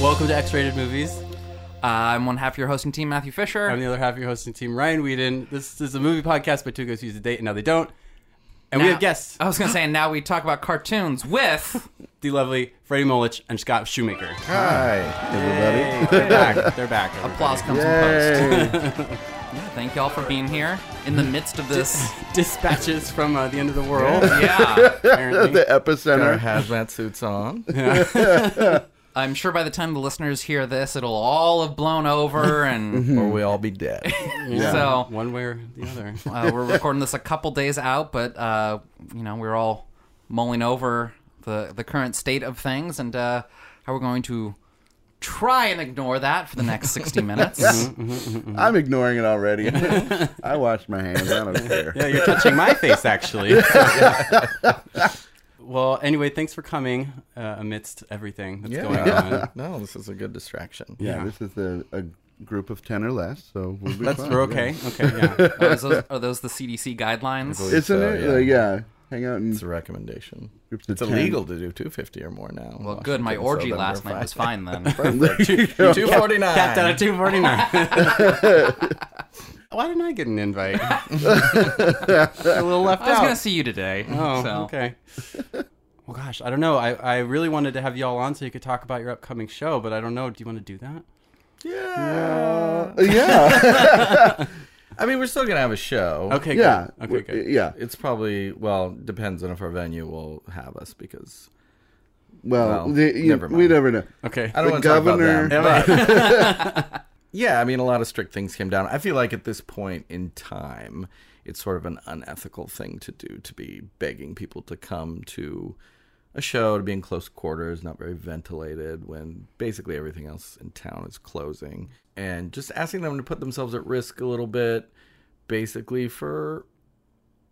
welcome to X-rated movies. Uh, I'm one half of your hosting team, Matthew Fisher. I'm the other half of your hosting team, Ryan Whedon. This is a movie podcast, but two guys use a date and now they don't. And we Now- Oh. have guests, I was gonna say, and now we talk about cartoons with the lovely Freddie Molich and Scott Shoemaker. Hi, everybody. They're back. They're back. everybody. applause comes in post. Yay. Thank y'all for being here in the midst of this. Dispatches from uh, the end of the world. Yeah, Apparently, the epicenter. our hazmat suits on. I'm sure by the time the listeners hear this, it'll all have blown over, and or we all be dead. so one way or the other. uh, we're recording this a couple days out, but uh, you know we're all mulling over the the current state of things and uh, how we're going to try and ignore that for the next 60 minutes. I'm ignoring it already. I wash my hands. I don't care. Yeah, you're touching my face, actually. well, anyway, thanks for coming uh, amidst everything that's Yeah. going on. No, this is a good distraction. Yeah, this is a, a group of 10 or less, so we'll be That's fine. we're okay. Okay, yeah. Are those, are those the CDC guidelines? believe- Isn't So, it? yeah. Like, Yeah. Hang out in It's a recommendation. groups of It's 10. illegal to do 250 or more now. in Well, good. My Washington, so orgy then last we're night was fine. fine then. Perfect. 249. Capped out at 249. Why didn't I get an invite? a little left I was out. going to see you today. Oh, so. okay. Well, gosh, I don't know. I, I really wanted to have y'all on so you could talk about your upcoming show, but I don't know. Do you want to do that? Yeah. Oh, yeah. I mean, we're still going to have a show. Okay, Yeah. good. Okay, good. Yeah. It's probably, well, depends on if our venue will have us because Well, Well, the, you, never we mind. never know. Okay. I don't The want to talk about governor- them. but- yeah, I mean, a lot of strict things came down. I feel like at this point in time, it's sort of an unethical thing to do to be begging people to come to a show, to be in close quarters, not very ventilated, when basically everything else in town is closing, and just asking them to put themselves at risk a little bit, basically for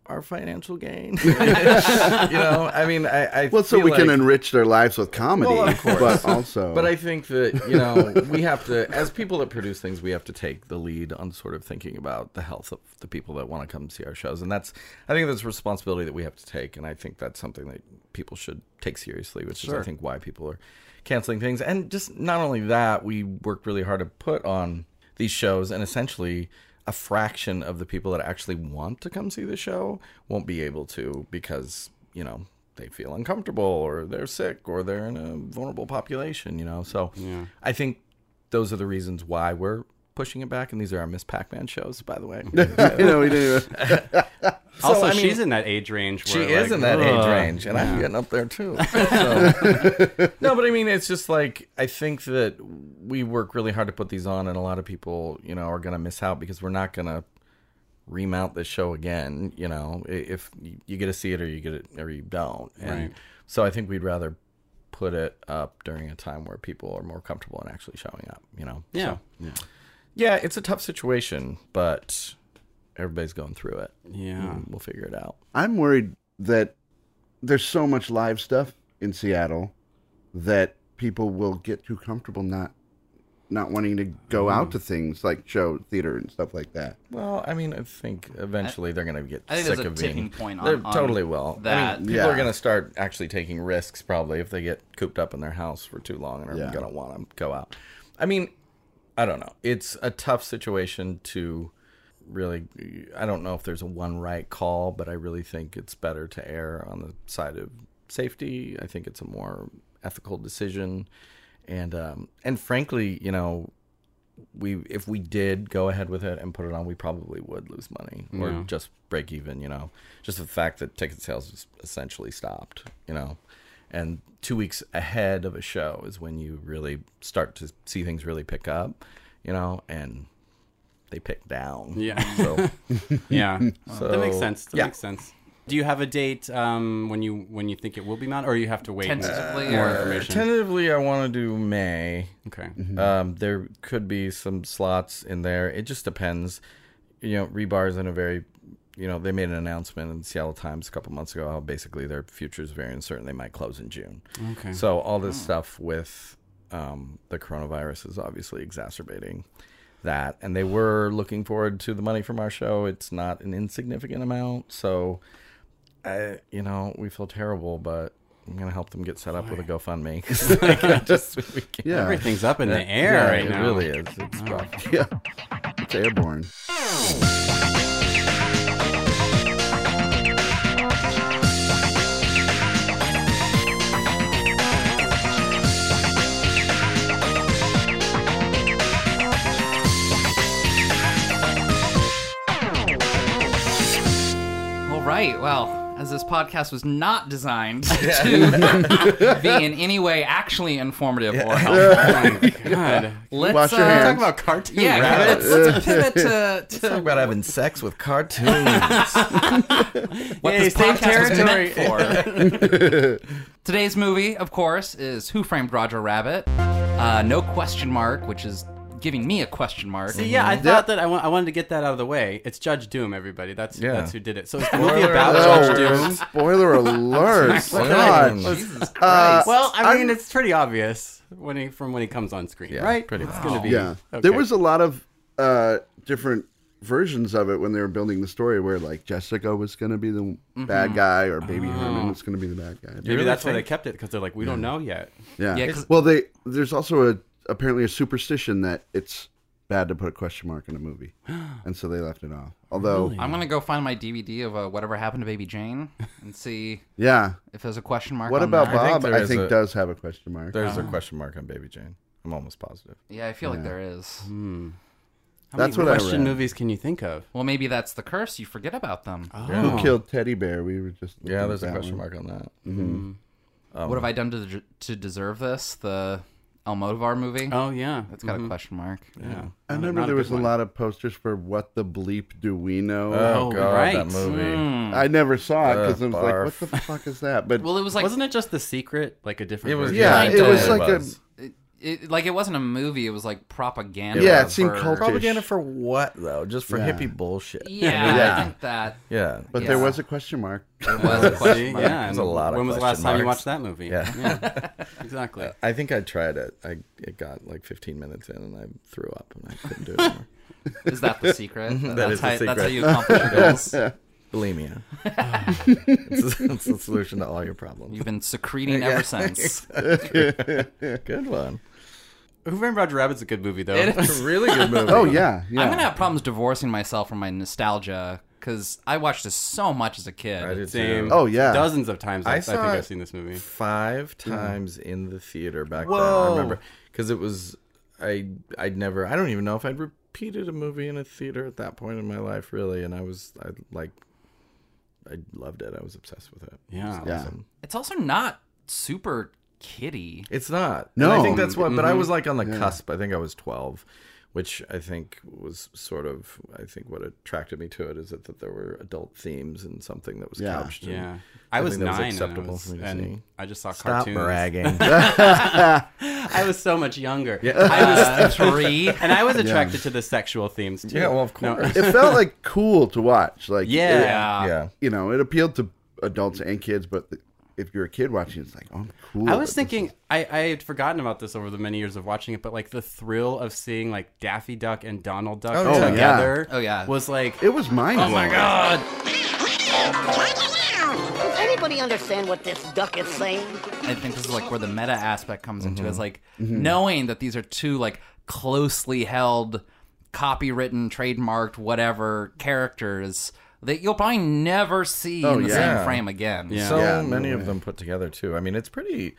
our financial gain. you know, I mean, I, I Well, so feel we can like- enrich their lives with comedy, Well, of course. but also. but I think that you know we have to, as people that produce things, we have to take the lead on sort of thinking about the health of the people that want to come see our shows, and that's I think that's a responsibility that we have to take, and I think that's something that people should take seriously, which is I think why people are canceling things, and just not only that, we worked really hard to put on these shows, and essentially. A fraction of the people that actually want to come see the show won't be able to because you know they feel uncomfortable or they're sick or they're in a vulnerable population, you know. So I think those are the reasons why we're pushing it back. And these are our Miss Pac Man shows, by the way. you know, we didn't even. also, I mean- she's in that age range. she where, is like, in that age ugh. range, and I'm getting up there too. So. no, but I mean, it's just like I think that we work really hard to put these on, and a lot of people, you know, are going to miss out because we're not going to remount this show again. You know, i- if you you get to see it or you get it or you don't, and Right. so I think we'd rather put it up during a time where people are more comfortable in actually showing up. You know, Yeah. So, yeah, it's a tough situation, but everybody's going through it. Yeah. We'll figure it out. I'm worried that there's so much live stuff in Seattle that people will get too comfortable not not wanting to go out to things like show theater and stuff like that. Well, I mean, I think eventually they're going to get I think sick there's a of being. tipping point on- they on totally will. I that. mean, people Yeah. are going to start actually taking risks probably if they get cooped up in their house for too long and are Yeah. going to want to go out. I mean, I don't know. It's a tough situation to really. I don't know if there's a one right call, but I really think it's better to err on the side of safety. I think it's a more ethical decision, and um, and frankly, you know, we if we did go ahead with it and put it on, we probably would lose money or just break even. You know, just the fact that ticket sales is essentially stopped. You know, and two weeks ahead of a show is when you really start to see things really pick up. You know, and they pick down. Yeah. So, Yeah. that makes So- sense. That Yeah. makes sense. Do you have a date um, when you when you think it will be mounted, or you have to wait? and- Tentatively more or- information. tentatively, I want to do May. okay. Mm-hmm. Um, there could be some slots in there. It just depends. You know, Rebar's in a very, you know, they made an announcement in Seattle Times a couple months ago how basically their future is very uncertain. They might close in June. Okay. So all this Oh. stuff with um, the coronavirus is obviously exacerbating that. And they were looking forward to the money from our show. It's not an insignificant amount. So, I, you know, we feel terrible, but I'm gonna help them get set up with a GoFundMe. 'Cause, like, I just- we can't- Yeah. Everything's up in the air right it now. really is. It's rough. Yeah. It's airborne. All right. Well, as this podcast was not designed to be in any way actually informative or helpful, Oh God. let's Wash your uh, hands. Talk about cartoon Yeah, rabbits. let's, uh, let's pivot to, Talk to about having sex with cartoons. what Yay, this same podcast was meant territory. for. Today's movie, of course, is Who Framed Roger Rabbit? Uh, no question mark, which is giving me a question mark. See, yeah, I thought that I, wa- I wanted to get that out of the way. It's Judge Doom, everybody. That's Yeah. that's who did it. So it's the movie Spoiler about alert. Judge Doom. Spoiler alert. Spoiler. God. Jesus Christ. Uh, Well, I mean, I'm- it's pretty obvious when he from when he comes on screen, Yeah, right? pretty it's much. going to be. Yeah. okay. There was a lot of uh, different versions of it when they were building the story where like Jessica was going to be the bad guy or Baby Herman was going to be the bad guy. Maybe that's why they kept it because they're like, we don't know yet. Yeah. Yeah, 'cause- well, they there's also a apparently a superstition that it's bad to put a question mark in a movie, and so they left it off. Although, I'm going to go find my DVD of uh, Whatever Happened to Baby Jane and see yeah. if there's a question mark What on about there. I think Bob? there I is think a- does have a question mark. There's a question mark on Baby Jane. I'm almost positive. Yeah, I feel like there is. How That's many what I question read. movies can you think of? Well, maybe that's the curse. You forget about them. Who killed Teddy Bear? We were just looking Yeah, at there's a that question one. mark on that. Mm-hmm. what have I done to to deserve this? The Almodovar movie. Oh yeah, It's got a question mark. yeah. I remember there was a lot of posters for "What the bleep do we know?" Oh, Oh, Mm. god, right. that movie. I never saw it because I was barf. like, "What the fuck is that?" But Well, it was like Wasn't it just the secret, like a different? It was version? yeah, Kind it of. was like Was. a it, it- like it wasn't a movie. It was like propaganda. Yeah, it seemed for- cult- Propaganda for what though? Just for hippie bullshit. Yeah, Yeah. I think that Yeah. but Yeah. there was a question mark. was a See? question mark. yeah. There's a and lot of When was the last question time you marks. watched that movie? Yeah. exactly. I think I tried it. I it got like 15 minutes in and I threw up and I couldn't do it anymore. Is that the secret? That that's is the how, secret. That's how you accomplish your goals. Bulimia. it's, it's the solution to all your problems. You've been secreting ever since. Good one. Who Framed Roger Rabbit's a good movie though. It It's a really good movie. Oh yeah, yeah. I'm gonna have problems divorcing myself from my nostalgia because I watched this so much as a kid. I did Same. too. Oh, yeah. Dozens of times. I, I think saw it I've seen this movie. five times in the theater back then. I Whoa. remember because it was I I'd never I don't even know if I'd repeated a movie in a theater at that point in my life really, and I was I like I loved it. I was obsessed with it. Yeah. Yeah. It's also not super kiddie. It's not. And No. I think that's what. But Mm-hmm. I was like on the cusp. I think I was twelve, which I think was sort of. I think what attracted me to it is that, that there were adult themes and something that was Yeah. couched. in Yeah. I was something that nine. and I, acceptable was- for me to and see. I just saw Stop cartoons. bragging. I was so much younger. I was three. Uh, And I was attracted to the sexual themes too. yeah, well, of No. course. it felt like cool to watch. Like Yeah. yeah. you know, it appealed to adults and kids, but if you're a kid watching, it's like, oh, I'm cool. I was thinking I, I had forgotten about this over the many years of watching it, but like the thrill of seeing like Daffy Duck and Donald Duck Oh, yeah. together Oh, yeah. was like it was mind blowing. Oh my god! Does anybody understand what this duck is saying? I think this is like where the meta aspect comes into is like knowing that these are two like closely held, copywritten, trademarked, whatever characters that you'll probably never see in the yeah. same frame again. So Yeah, no many of them put together too. I mean, it's pretty.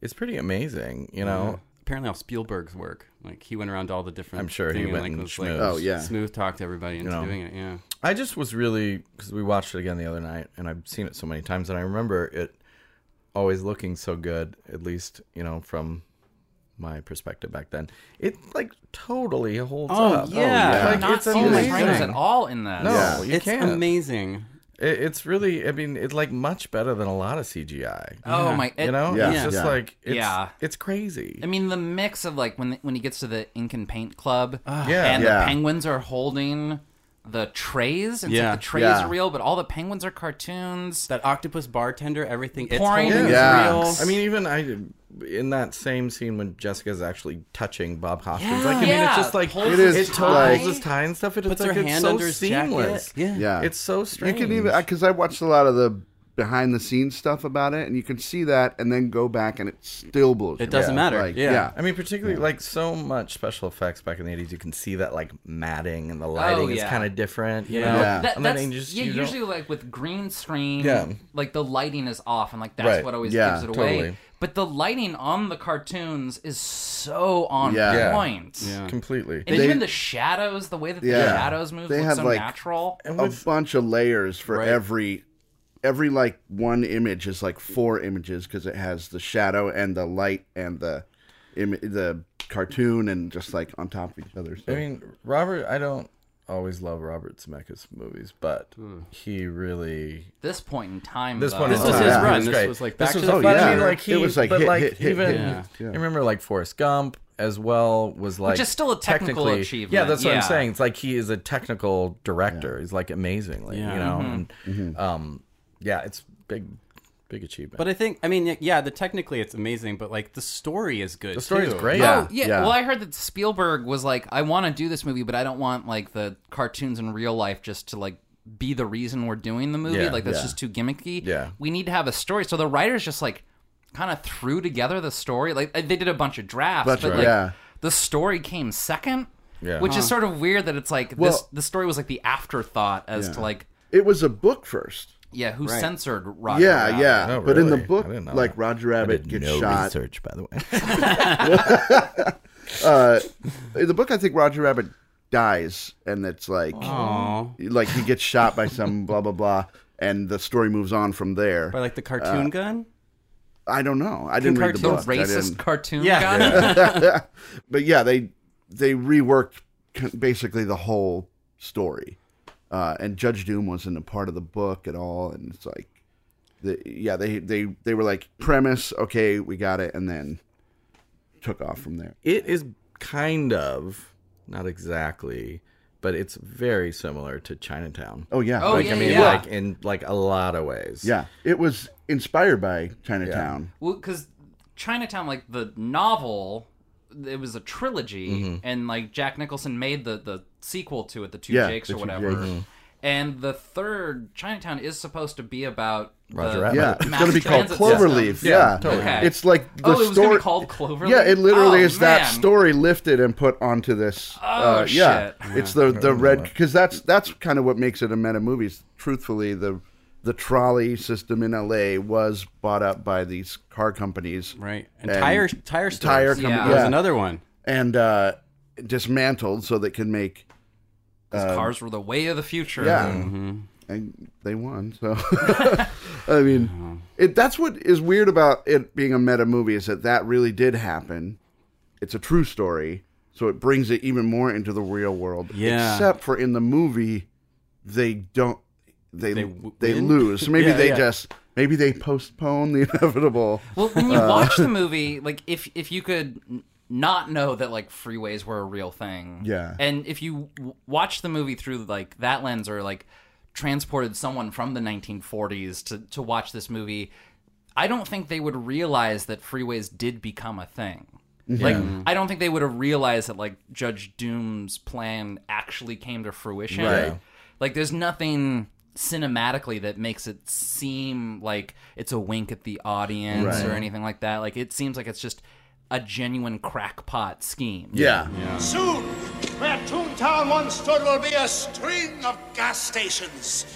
It's pretty amazing. You know. apparently how Spielberg's work. Like he went around to all the different. I'm sure he thing went like, and was, like, schmoozed. Oh, yeah. smooth talked everybody into know. doing it. Yeah, I just was really because we watched it again the other night, and I've seen it so many times, and I remember it always looking so good. At least you know from my perspective back then, it like totally holds up. Oh, yeah. like, Not it's seeing the frames amazing. at all in this. No, Yeah. you it's can't. amazing. It, it's really, I mean, it's like much better than a lot of CGI. Oh my! It, you know, Yeah. it's just Yeah. like it's, Yeah. it's crazy. I mean, the mix of like when when he gets to the ink and paint club, Yeah. and Yeah. the penguins are holding the trays, and so Yeah. the trays Yeah. are real, but all the penguins are cartoons. That octopus bartender, everything it's Pouring holding is Yeah. real. I mean, even I in that same scene when Jessica's actually touching Bob Hoskins, Yeah. like I mean, Yeah. it's just like Holds It is it his totally holds tie. his tie and stuff. It, puts it's like her it's hand so under his seamless. jacket. Yeah. Yeah, it's so strange. You can even because I watched a lot of the behind the scenes stuff about it, and you can see that, and then go back, and it still blows. It your doesn't mind. matter. Like, Yeah. yeah. I mean, particularly like so much special effects back in the 80s, you can see that like matting and the lighting is yeah. kind of different. You Oh, Yeah. Know? Yeah. That, And then that's, you just- yeah, you don't- usually like with green screen, Yeah. like the lighting is off, and like that's Right. what always Yeah, gives it away. totally. But the lighting on the cartoons is so on Yeah. Yeah. point. Completely. And They- even the shadows, the way that the Yeah. shadows move, They look had, so like- natural. And a with- bunch of layers for Right. every every like one image is like four images because it has the shadow and the light and the Im- the cartoon and just like on top of each other. So. I mean, Robert, I don't always love Robert Zemeckis movies, but he really This point in time, This though, one This is was fun. his Yeah. run. It's This great. was like Back this to was the fun. I mean, Future. like he, It was like but hit, like hit, hit, even hit, hit, I remember like Forrest Gump as well was like is still a technical technically- achievement. Yeah, that's what Yeah. I'm saying. It's like he is a technical director. He's like amazingly, Yeah. Mm-hmm. you know. And, Mm-hmm. um, yeah, it's big, big achievement. But I think, I mean, yeah, the technically it's amazing, but like the story is good. the story's too. great. Oh, yeah. yeah. Well, I heard that Spielberg was like, I want to do this movie, but I don't want like the cartoons in real life just to like be the reason we're doing the movie. Yeah, like that's yeah. just too gimmicky. Yeah. We need to have a story. So the writers just like kind of threw together the story. Like uh, they did a bunch of drafts, Bunch but of- like yeah. the story came second. Yeah. Which is sort of weird that it's like this. Well- The story was like the afterthought as to like, it was a book first. yeah, who censored Roger? yeah, Rabbit? yeah. Oh, But in the really? book, I didn't know like that. Roger Rabbit gets shot. research, by the way. Uh, in the book, I think Roger Rabbit dies, and it's like like he gets shot by some blah blah blah, and the story moves on from there. By like the cartoon gun? I don't know. I didn't read the The book. I racist didn't- cartoon Yeah. guy. but yeah, they they reworked c- basically the whole story, uh, and Judge Doom wasn't a part of the book at all, and it's like, the, yeah, they they they were like premise, okay, we got it, and then took off from there. it is kind of not exactly, but it's very similar to Chinatown. Oh yeah, Oh, Like, yeah, I mean, yeah. like in like a lot of ways. yeah, it was inspired by Chinatown. Well, because Chinatown, like the novel, it was a trilogy, Mm-hmm. and like Jack Nicholson made the the sequel to it, the Two Yeah, Jakes The or Two whatever. Jakes. Mhm. And the third Chinatown is supposed to be about Roger the, Rabbit. Yeah, Like it's mass going to be called transit system. Cloverleaf. Yeah, Yeah, totally. Okay. it's like the oh, it was story. gonna be called Cloverleaf. Yeah, it literally Oh, is that man. Oh, story lifted and put onto this. uh, yeah, shit. it's the the red because that's that's kind of what makes it a meta movie. is Truthfully, the the trolley system in L.A. was bought up by these car companies, Right. And, tire, tire stores. Yeah. tire company, There yeah. There was another one. and uh, dismantled so they could make. 'Cause cars were the way of the future. Um, Yeah, Mm-hmm. and they won. So, I mean, it, that's what is weird about it being a meta movie is that that really did happen. It's a true story, so it brings it even more into the real world. Yeah. Except for in the movie, they don't. They they, w- win? lose. Maybe Yeah, they yeah. just maybe they postpone the inevitable. Well, when you watch the movie, like if if you could n- not know that like freeways were a real thing, Yeah. and if you w- watch the movie through like that lens or like transported someone from the 1940s to to watch this movie, I don't think they would realize that freeways did become a thing. Like I don't think they would have realized that like Judge Doom's plan actually came to fruition. Right. Like there's nothing cinematically that makes it seem like it's a wink at the audience or anything like that. Like it seems like it's just a genuine crackpot scheme. Yeah. Soon, where Toontown once stood will be a string of gas stations,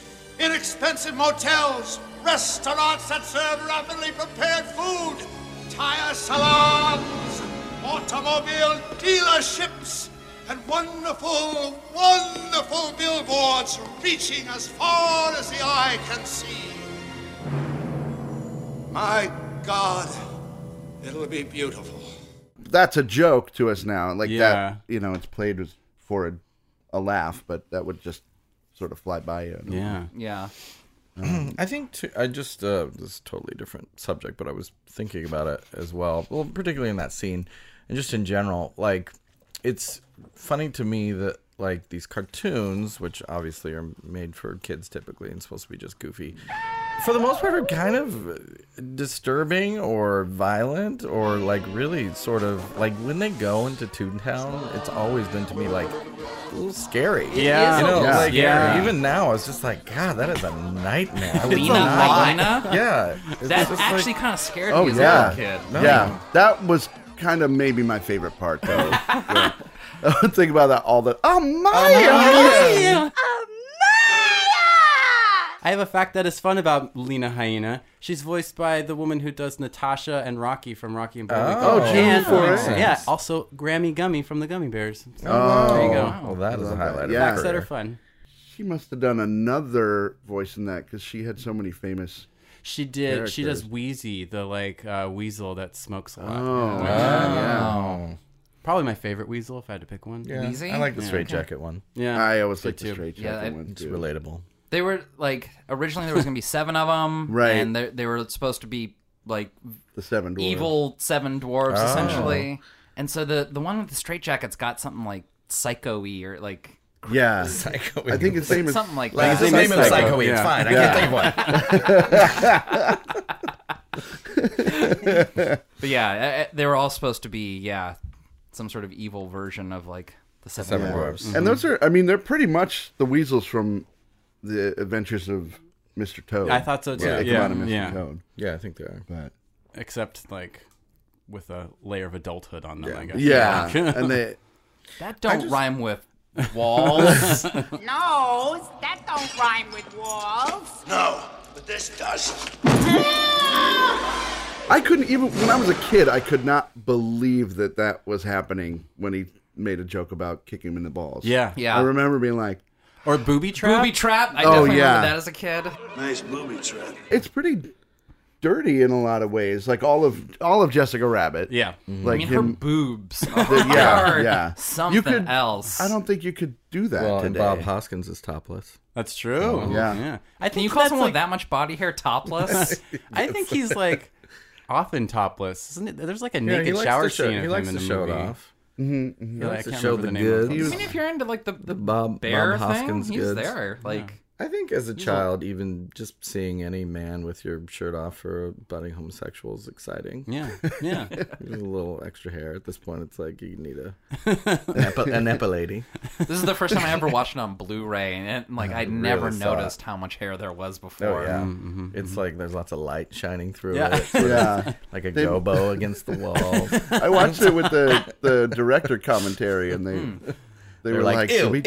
inexpensive motels, restaurants that serve rapidly prepared food, tire salons, automobile dealerships, and wonderful, wonderful billboards reaching as far as the eye can see. My God, it'll be beautiful. that's a joke to us now. Like Yeah. that, you know, it's played as for a, a laugh, but that would just sort of fly by you. Yeah. Yeah. I think too, I just uh, this is a totally different subject, but I was thinking about it as well. Well, particularly in that scene, and just in general, like it's funny to me that like these cartoons, which obviously are made for kids typically and supposed to be just goofy, for the most part are kind of disturbing or violent or like really sort of like when they go into Toontown, it's always been to me like a little scary. Yeah. You know, Yeah. like Yeah. even now it's just like, God, that is a nightmare. I would Lena, not- Lena. Yeah. It's That just like- actually kind of scared Oh me as a yeah, little kid. yeah. That was kind of maybe my favorite part though. Like, I would think about that all the. Oh my! Ah! I have a fact that is fun about Lena Hyena. She's voiced by the woman who does Natasha and Rocky from Rocky and Bullwinkle. Oh, June and, Forrest. yeah, also Grammy Gummy from the Gummy Bears. So, Oh. there you go. Well, that is a highlight. Yeah. Of Facts her that are career. fun. She must have done another voice in that because she had so many famous. She did. She does Characters. Wheezy, the like uh, weasel that smokes a lot. Oh, Which- yeah. Probably my favorite weasel if I had to pick one. Yeah. Easy? I like the straight jacket one. Yeah. I always like too. the straight Yeah, jacket I- one It's too. relatable. They were like originally there was gonna be seven of them, Right. And they, they were supposed to be like The seven dwarfs. evil seven dwarves Oh. essentially. And so the the one with the straitjacket's got something like psycho-y or like Yeah, Psycho. I think his name is something like Like, that. his name is Psycho. Psycho, It's yeah. fine. I Yeah. can't think of one. But yeah, uh, uh, they were all supposed to be yeah some sort of evil version of like the seven, Seven dwarves. Mm. dwarves. And those are, I mean, they're pretty much the weasels from the Adventures of Mr. Toad. I thought so too. They Yeah. come Yeah. out of Mr. Toad. Yeah, I think they are. But Except like with a layer of adulthood on them, I guess. yeah, and they That don't rhyme with walls. No, that don't rhyme with walls. No, but this does. I couldn't even when I was a kid. I could not believe that that was happening when he made a joke about kicking him in the balls. Yeah. Yeah. I remember being like, Or booby trap. Booby trap. I Oh, definitely yeah. remember that as a kid. Nice booby trap. it's pretty dirty in a lot of ways. Like all of all of Jessica Rabbit. Yeah. I like mean, her him. boobs the- yeah, are yeah. something You could- else. I don't think you could do that Well, and today. Bob Hoskins is topless. That's true. Oh, Yeah. Yeah. I think Can you call that's, someone like- with that much body hair topless? I think he's like often topless. Isn't it? There's like a Yeah, naked he likes shower to show, scene of he him likes in to the show movie. it off. Yeah, I to can't remember show the the name of goods. it. I mean, if you're into like the, the Bob, bear Bob Hoskins thing, he's goods. there. Like, I think as a child, even just seeing any man with your shirt off for a budding homosexual is exciting. Yeah. Yeah. There's a little extra hair at this point. It's like you need a an, epi- an epilady. this is the first time I ever watched it on Blu-ray, and it, like I never really saw it. noticed how much hair there was before. It's like there's lots of light shining through Yeah. it. sort of Mm-hmm, Yeah, Like a gobo against the wall. I watched it with the the director commentary, and Hmm. they they were like, "Should we-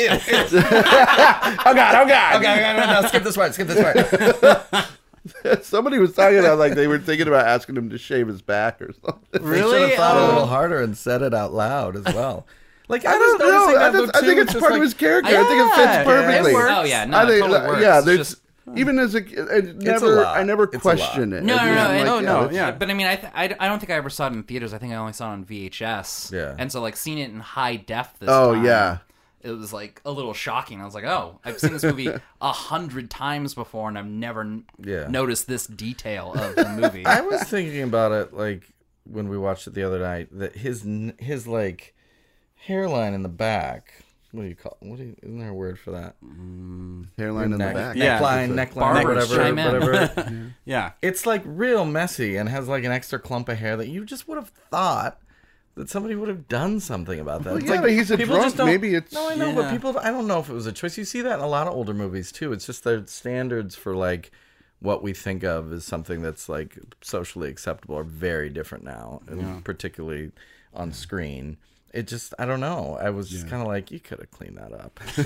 oh god! Oh god! Okay, okay, no, no, skip this part. Skip this part. Somebody was talking about like they were thinking about asking him to shave his back or something. Should have Really? thought a Oh. little harder and said it out loud as well. Like I, I was don't know. noticing I, that, just, though, I think too. it's just part like- of his character. I think it fits perfectly. It works. Oh yeah, no, I it think, totally works. yeah, It's there's just- even as a kid, I a never, lot. I never It's a lot. question it. No, no, It's no, just and- like, oh, no, that's- yeah. But I mean, I, th- I I don't think I ever saw it in theaters. I think I only saw it on VHS. Yeah. And so like seeing it in high def this Oh time, yeah, it was like a little shocking. I was like, oh, I've seen this movie a hundred times before, and I've never n- Yeah. noticed this detail of the movie. I was thinking about it like when we watched it the other night that his n- his like hairline in the back. What do you call? What do you, isn't there a word for that? hairline in the Neck- back. Yeah. Neckline, neckline, Barbers whatever, chime in. whatever. Yeah. it's like real messy and has like an extra clump of hair that you just would have thought that somebody would have done something about that. Well, It's yeah, like, but he's a people drunk. just don't- Maybe it's- no, I know, but Yeah. people. I don't know if it was a choice. You see that in a lot of older movies too. It's just the standards for like what we think of as something that's like socially acceptable are very different now, and particularly on screen. It just, I don't know. I was just kind of like, you could have cleaned that up. Come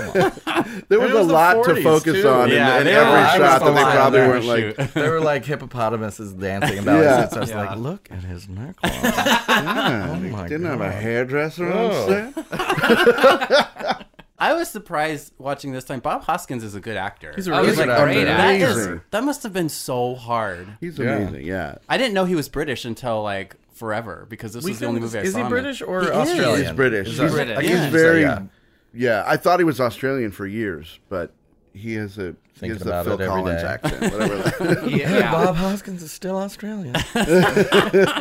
on. There was, It was a the lot to 40s focus too. on Yeah, in, in they every were- I was shot that the they line probably there. weren't like. Shoot. They were like hippopotamuses dancing about Yeah. it. So I was like, look at his neckline. "Ah, Oh my didn't have a God. hairdresser Oh. on set. I was surprised watching this time. Bob Hoskins is a good actor. He's a Oh, really he's a good actor. great that, is, Amazing. that must have been so hard. He's Yeah. amazing. Yeah, I didn't know he was British until like forever because this was the only movie I is saw. he him in. British or He is. Australian? he's British. Is He's, that- British. I guess he's you say, very. yeah. yeah, I thought he was Australian for years, but he has a he Thinking has about the Phil it every Collins day. accent, whatever. That. yeah. Bob Hoskins is still Australian.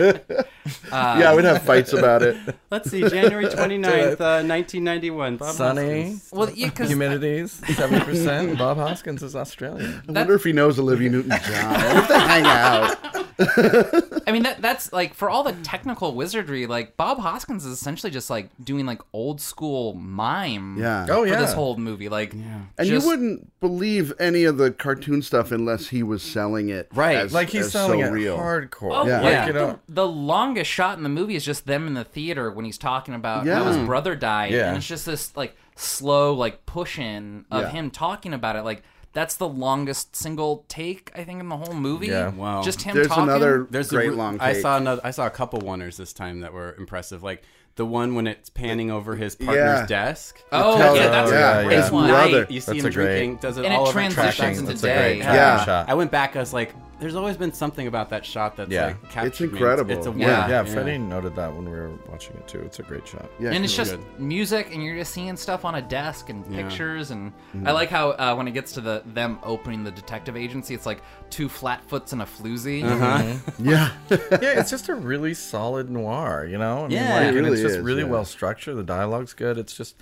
yeah, we'd have fights about it. Let's see, January 29th, uh, 1991. Bob Sunny. Hoskins. Well, yeah, because Humidities, 70%. Bob Hoskins is Australian. I wonder if he knows Olivia Newton-John. I wonder if they hang out. I mean that that's like for all the technical wizardry, like Bob Hoskins is essentially just like doing like old school mime. Yeah. Oh, for yeah. this whole movie, like, And just- you wouldn't believe any of the cartoon stuff unless he was selling it. Right. as- Like he's as selling so it real. hardcore. Oh, Yeah. yeah. Like, you know, the, the longest shot in the movie is just them in the theater when he's talking about how Yeah. his brother died, Yeah. and it's just this like slow like push in of him talking about it. Like that's the longest single take I think in the whole movie. Yeah. Wow. Just him There's talking. another There's a great re- long. I take. saw another. I saw a couple oneers this time that were impressive. Like the one when it's panning over his partner's Yeah. desk. Oh Tell- yeah, that's yeah, a yeah. great His one. brother. You see him That's a great- drinking. Does it And it all over transitions tracking. into That's a day. great Yeah. yeah. I shot. went back. I was like, "There's always been something about that shot that's Yeah. like captured It's me. incredible. It's a Yeah. word. Yeah, Freddie noted that when we were watching it too. It's a great shot. Yeah, and it's sure. just music, and you're just seeing stuff on a desk and pictures, and Mm-hmm. I like how uh, when it gets to the them opening the detective agency, it's like two flatfoots and a floozy. Uh-huh. yeah. yeah, it's just a really solid noir, you know? I mean, Yeah. like, It and really it's just is, really yeah. well structured. The dialogue's good. It's just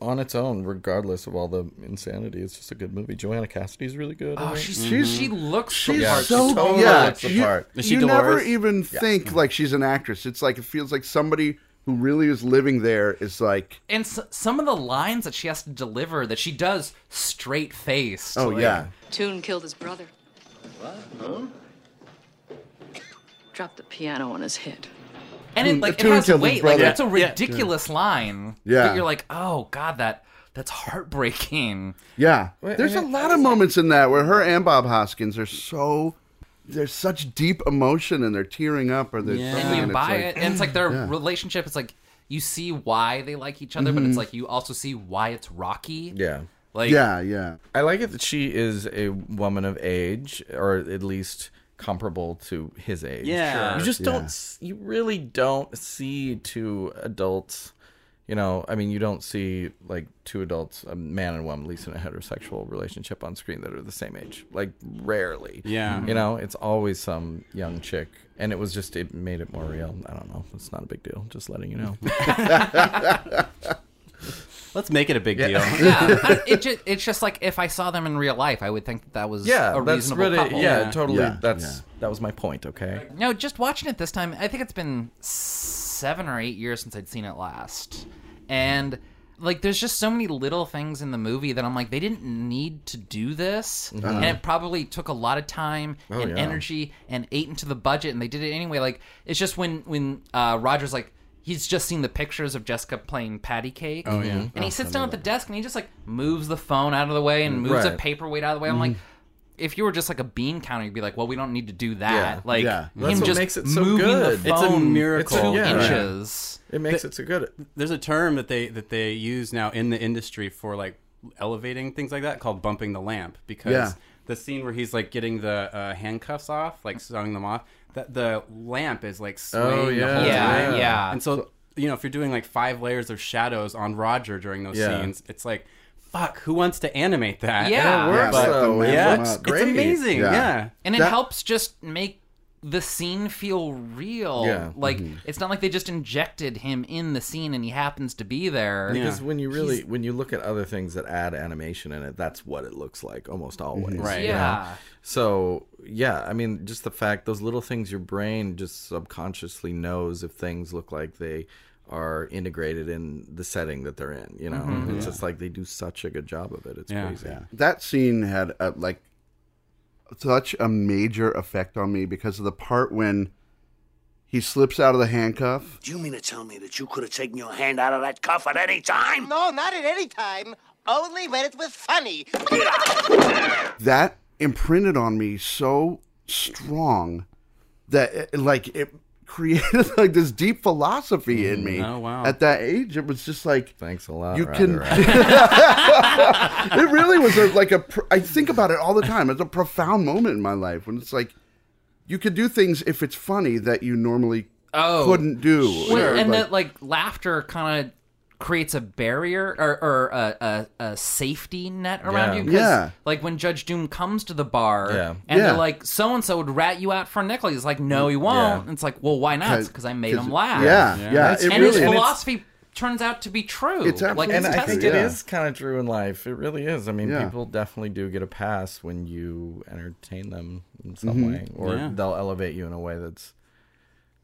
on its own, regardless of all the insanity. It's just a good movie. Joanna Cassidy's really good. I Oh, think. she's, she looks Mm-hmm. She's the part. so she totally yeah. looks the you part. Is she you never Dolores? even think like she's an actress. It's like it feels like somebody who really is living there is like, and s- some of the lines that she has to deliver that she does straight faced. oh yeah, Toon killed his brother. What? Dropped the piano on his head. and it like it Toon has killed his weight. Like brother. that's a ridiculous line. Yeah. but you're like, oh god, that that's heartbreaking. yeah. Wait, There's a and it- lot of moments in that where her and Bob Hoskins are so there's such deep emotion and they're tearing up or there's Yeah. something and you it's buy like- it, and it's like their relationship. It's like you see why they like each other, but it's like you also see why it's rocky. Yeah. Like Yeah, yeah. I like it that she is a woman of age, or at least comparable to his age. Yeah. Sure. you just don't. s- You really don't see two adults. You know, I mean, you don't see like two adults, a man and woman, at least in a heterosexual relationship on screen that are the same age. Like rarely. Yeah. You know, it's always some young chick, and it was just it made it more real. I don't know. It's not a big deal. Just letting you know. Let's make it a big deal. yeah, I- it ju- it's just like if I saw them in real life, I would think that that was yeah, a that's reasonable really couple. yeah, Yeah. totally. Yeah, That's that was my point. Okay. No, just watching it this time, I think it's been seven or eight years since I'd seen it last. And like there's just so many little things in the movie that I'm like, they didn't need to do this. And it probably took a lot of time and yeah. energy and ate into the budget and they did it anyway. Like it's just when when uh Roger's like He's just seen the pictures of Jessica playing patty cake. Oh, yeah. And he sits down at the desk and he just like moves the phone out of the way and moves a Right. paperweight out of the way. I'm like, if you were just like a bean counter, you'd be like, well, we don't need to do that. Yeah. Like, Yeah. him That's what just makes it so moving good. The It's a phone miracle. Two Yeah. inches. It makes it so good. There's a term that they that they use now in the industry for like elevating things like that called bumping the lamp because Yeah. the scene where he's like getting the uh, handcuffs off, like sawing them off, that the lamp is like swaying Oh, the yeah. whole Yeah, time. yeah. And so you know, if you're doing like five layers of shadows on Roger during those Yeah. scenes, it's like fuck, who wants to animate that? Yeah. It works but- though. Yeah, oh, Yeah, Come it's, on. it's Great. amazing. Yeah. Yeah. And it That- helps just make the scene feel real. Yeah. Like, it's not like they just injected him in the scene and he happens to be there. Yeah. Because when you really when you look at other things that add animation in it, that's what it looks like almost always. Right. you know? Yeah. So yeah, I mean, just the fact those little things your brain just subconsciously knows if things look like they are integrated in the setting that they're in. You know, it's just like they do such a good job of it. It's Yeah. crazy. that scene had a, like such a major effect on me because of the part when he slips out of the handcuff. Do you mean to tell me that you could have taken your hand out of that cuff at any time? No, not at any time. Only when it was funny. That imprinted on me so strong that it, like it created like this deep philosophy in me. Oh, wow. At that age, it was just like Thanks a lot. You Ryder can- Ray. it really was a, like a pr- i think about it all the time it's a profound moment in my life when it's like you could do things if it's funny that you normally Oh. couldn't do Well, Or, and like- that, like, laughter kind of creates a barrier or, or a, a, a safety net around Yeah. you. 'cause, Yeah. Like when Judge Doom comes to the bar Yeah. and Yeah. they're like, so and so would rat you out for a nickel. He's like, no, he won't. And it's like, well, why not? It's because I made him laugh. Yeah, yeah. Yeah. It And really, his And it's- philosophy turns out to be true. It's like absolutely it's and I tested. think it Yeah. is kind of true in life. It really is. I mean, Yeah. people definitely do get a pass when you entertain them in some way, or Yeah. they'll elevate you in a way that's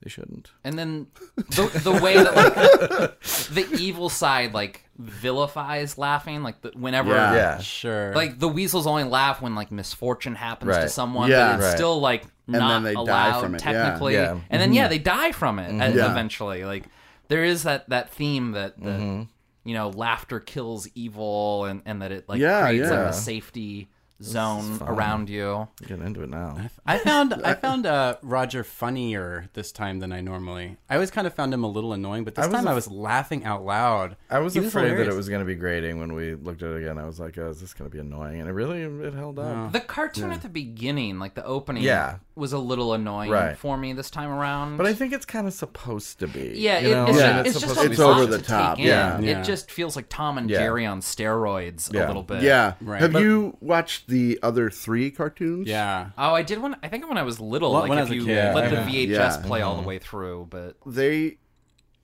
they shouldn't. and then the, the way that like the evil side like vilifies laughing like the, whenever Yeah. Sure. like the weasels only laugh when like misfortune happens to Right. someone Yeah. but it's Right. still like then not they die allowed from it, yeah. Mm-hmm. technically Yeah. and then yeah they die from it uh, Yeah. eventually like there is that that theme that that Mm-hmm. you know laughter kills evil and and that it like Yeah, creates like yeah. a safety zone around you Get into it now. I found I found uh, Roger funnier this time than I normally. I always kind of found him a little annoying, but this I was time af- I was laughing out loud. I was He was afraid that hilarious. it was going to be grating when we looked at it again. I was like, "Oh, is this going to be annoying?" And it really it held up. the cartoon at the beginning like the opening Hmm. Yeah. was a little annoying Right. for me this time around But I think it's kind of supposed to be. Yeah, you it- know? it's, Like, Just, it's just supposed a to be It's lot over to the take top, in. yeah. Yeah. It just feels like Tom and Yeah. Jerry on steroids a Yeah. little bit. yeah. Right. Have But- you watched the other three cartoons? Yeah. Oh, I did when I think when I was little, Well, like when I if was a you kid, let yeah. Mm-hmm. the VHS Yeah. play all the way through, but they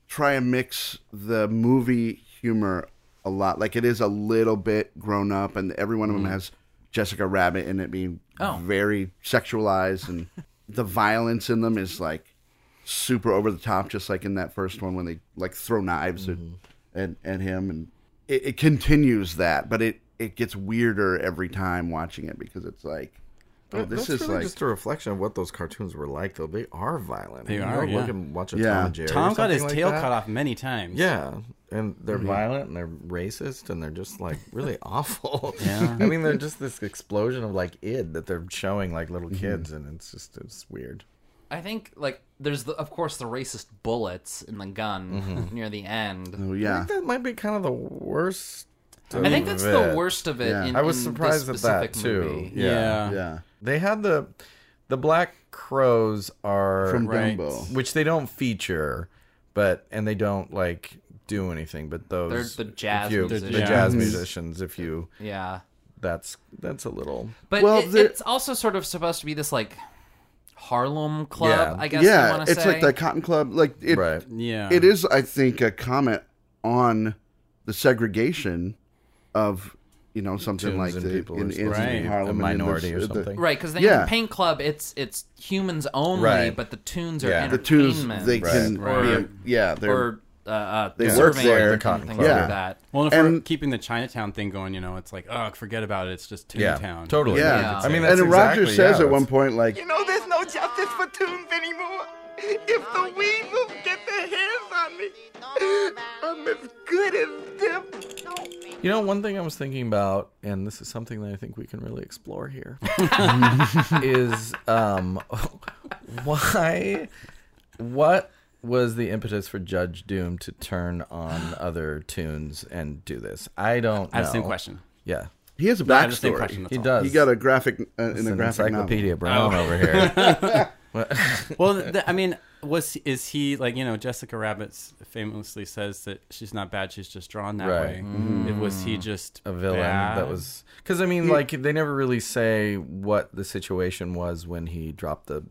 try and mix the movie humor a lot. Like it is a little bit grown up, and every one of them has Jessica Rabbit in it being Oh. very sexualized, and the violence in them is like super over the top, just like in that first one when they like throw knives at, at at him, and it, it continues that, but it it gets weirder every time watching it because it's like. Oh, this that's is really like just a reflection of what those cartoons were like, though. They are violent. They You are, know, Look yeah. and watch a Yeah. Tom and Jerry. or Tom got his something like tail that. cut off many times. Yeah, and they're violent and they're racist and they're just like really awful. Yeah, I mean they're just this explosion of like id that they're showing like little Mm-hmm. kids, and it's just it's weird. I think like there's the, of course the racist bullets in the gun Mm-hmm. near the end. oh yeah, I think that might be kind of the worst. I think that's the worst of it. Yeah. In, Mm-hmm. I was in surprised at this that specific too. Movie. Yeah. Yeah. yeah, they had the the black crows are from Right. Dumbo. which they don't feature, but and they don't like do anything. But those They're the jazz if you- the musicians. jazz musicians. If you Yeah. that's that's a little But Well, it, the- it's also sort of supposed to be this like Harlem club, Yeah. I guess. you yeah, wanna it's say. like the Cotton Club. Like it, right. Yeah. it is, I think, a comment on the segregation of you know something Tunes like and the people in, are in supposed to be a Harlem and in the- uh, minority or the- something. Right, because in Yeah. Paint Club, it's it's humans only, Right. but the tunes are Yeah. The, tunes entertainment. they can Right. be, Right. yeah, they're or uh, uh, They work serving there. and Cotton things Club. Yeah. like that. Well, if we're and- keeping the Chinatown thing going, you know, it's like, oh, forget about it. It's just Toontown. Yeah, totally. yeah. Yeah. I mean, and that's Roger exactly- says yeah, at one that's- point like You know, there's no justice for Toons anymore. If the weasels get their hands on me, I'm as good as them. You know, one thing I was thinking about, and this is something that I think we can really explore here, is um, why, what was the impetus for Judge Doom to turn on other tunes and do this? I don't. I have the same know. question. Yeah, he has a I have the same question. backstory. That's he all. Oh. does. He got a graphic uh, It's in a an graphic novel. encyclopedia Brown over here. Well, th I mean, was is he like you know Jessica Rabbit famously says that she's not bad; she's just drawn that Right. Mm. way. It was he just a villain bad? that was because I mean, like they never really say what the situation was when he dropped the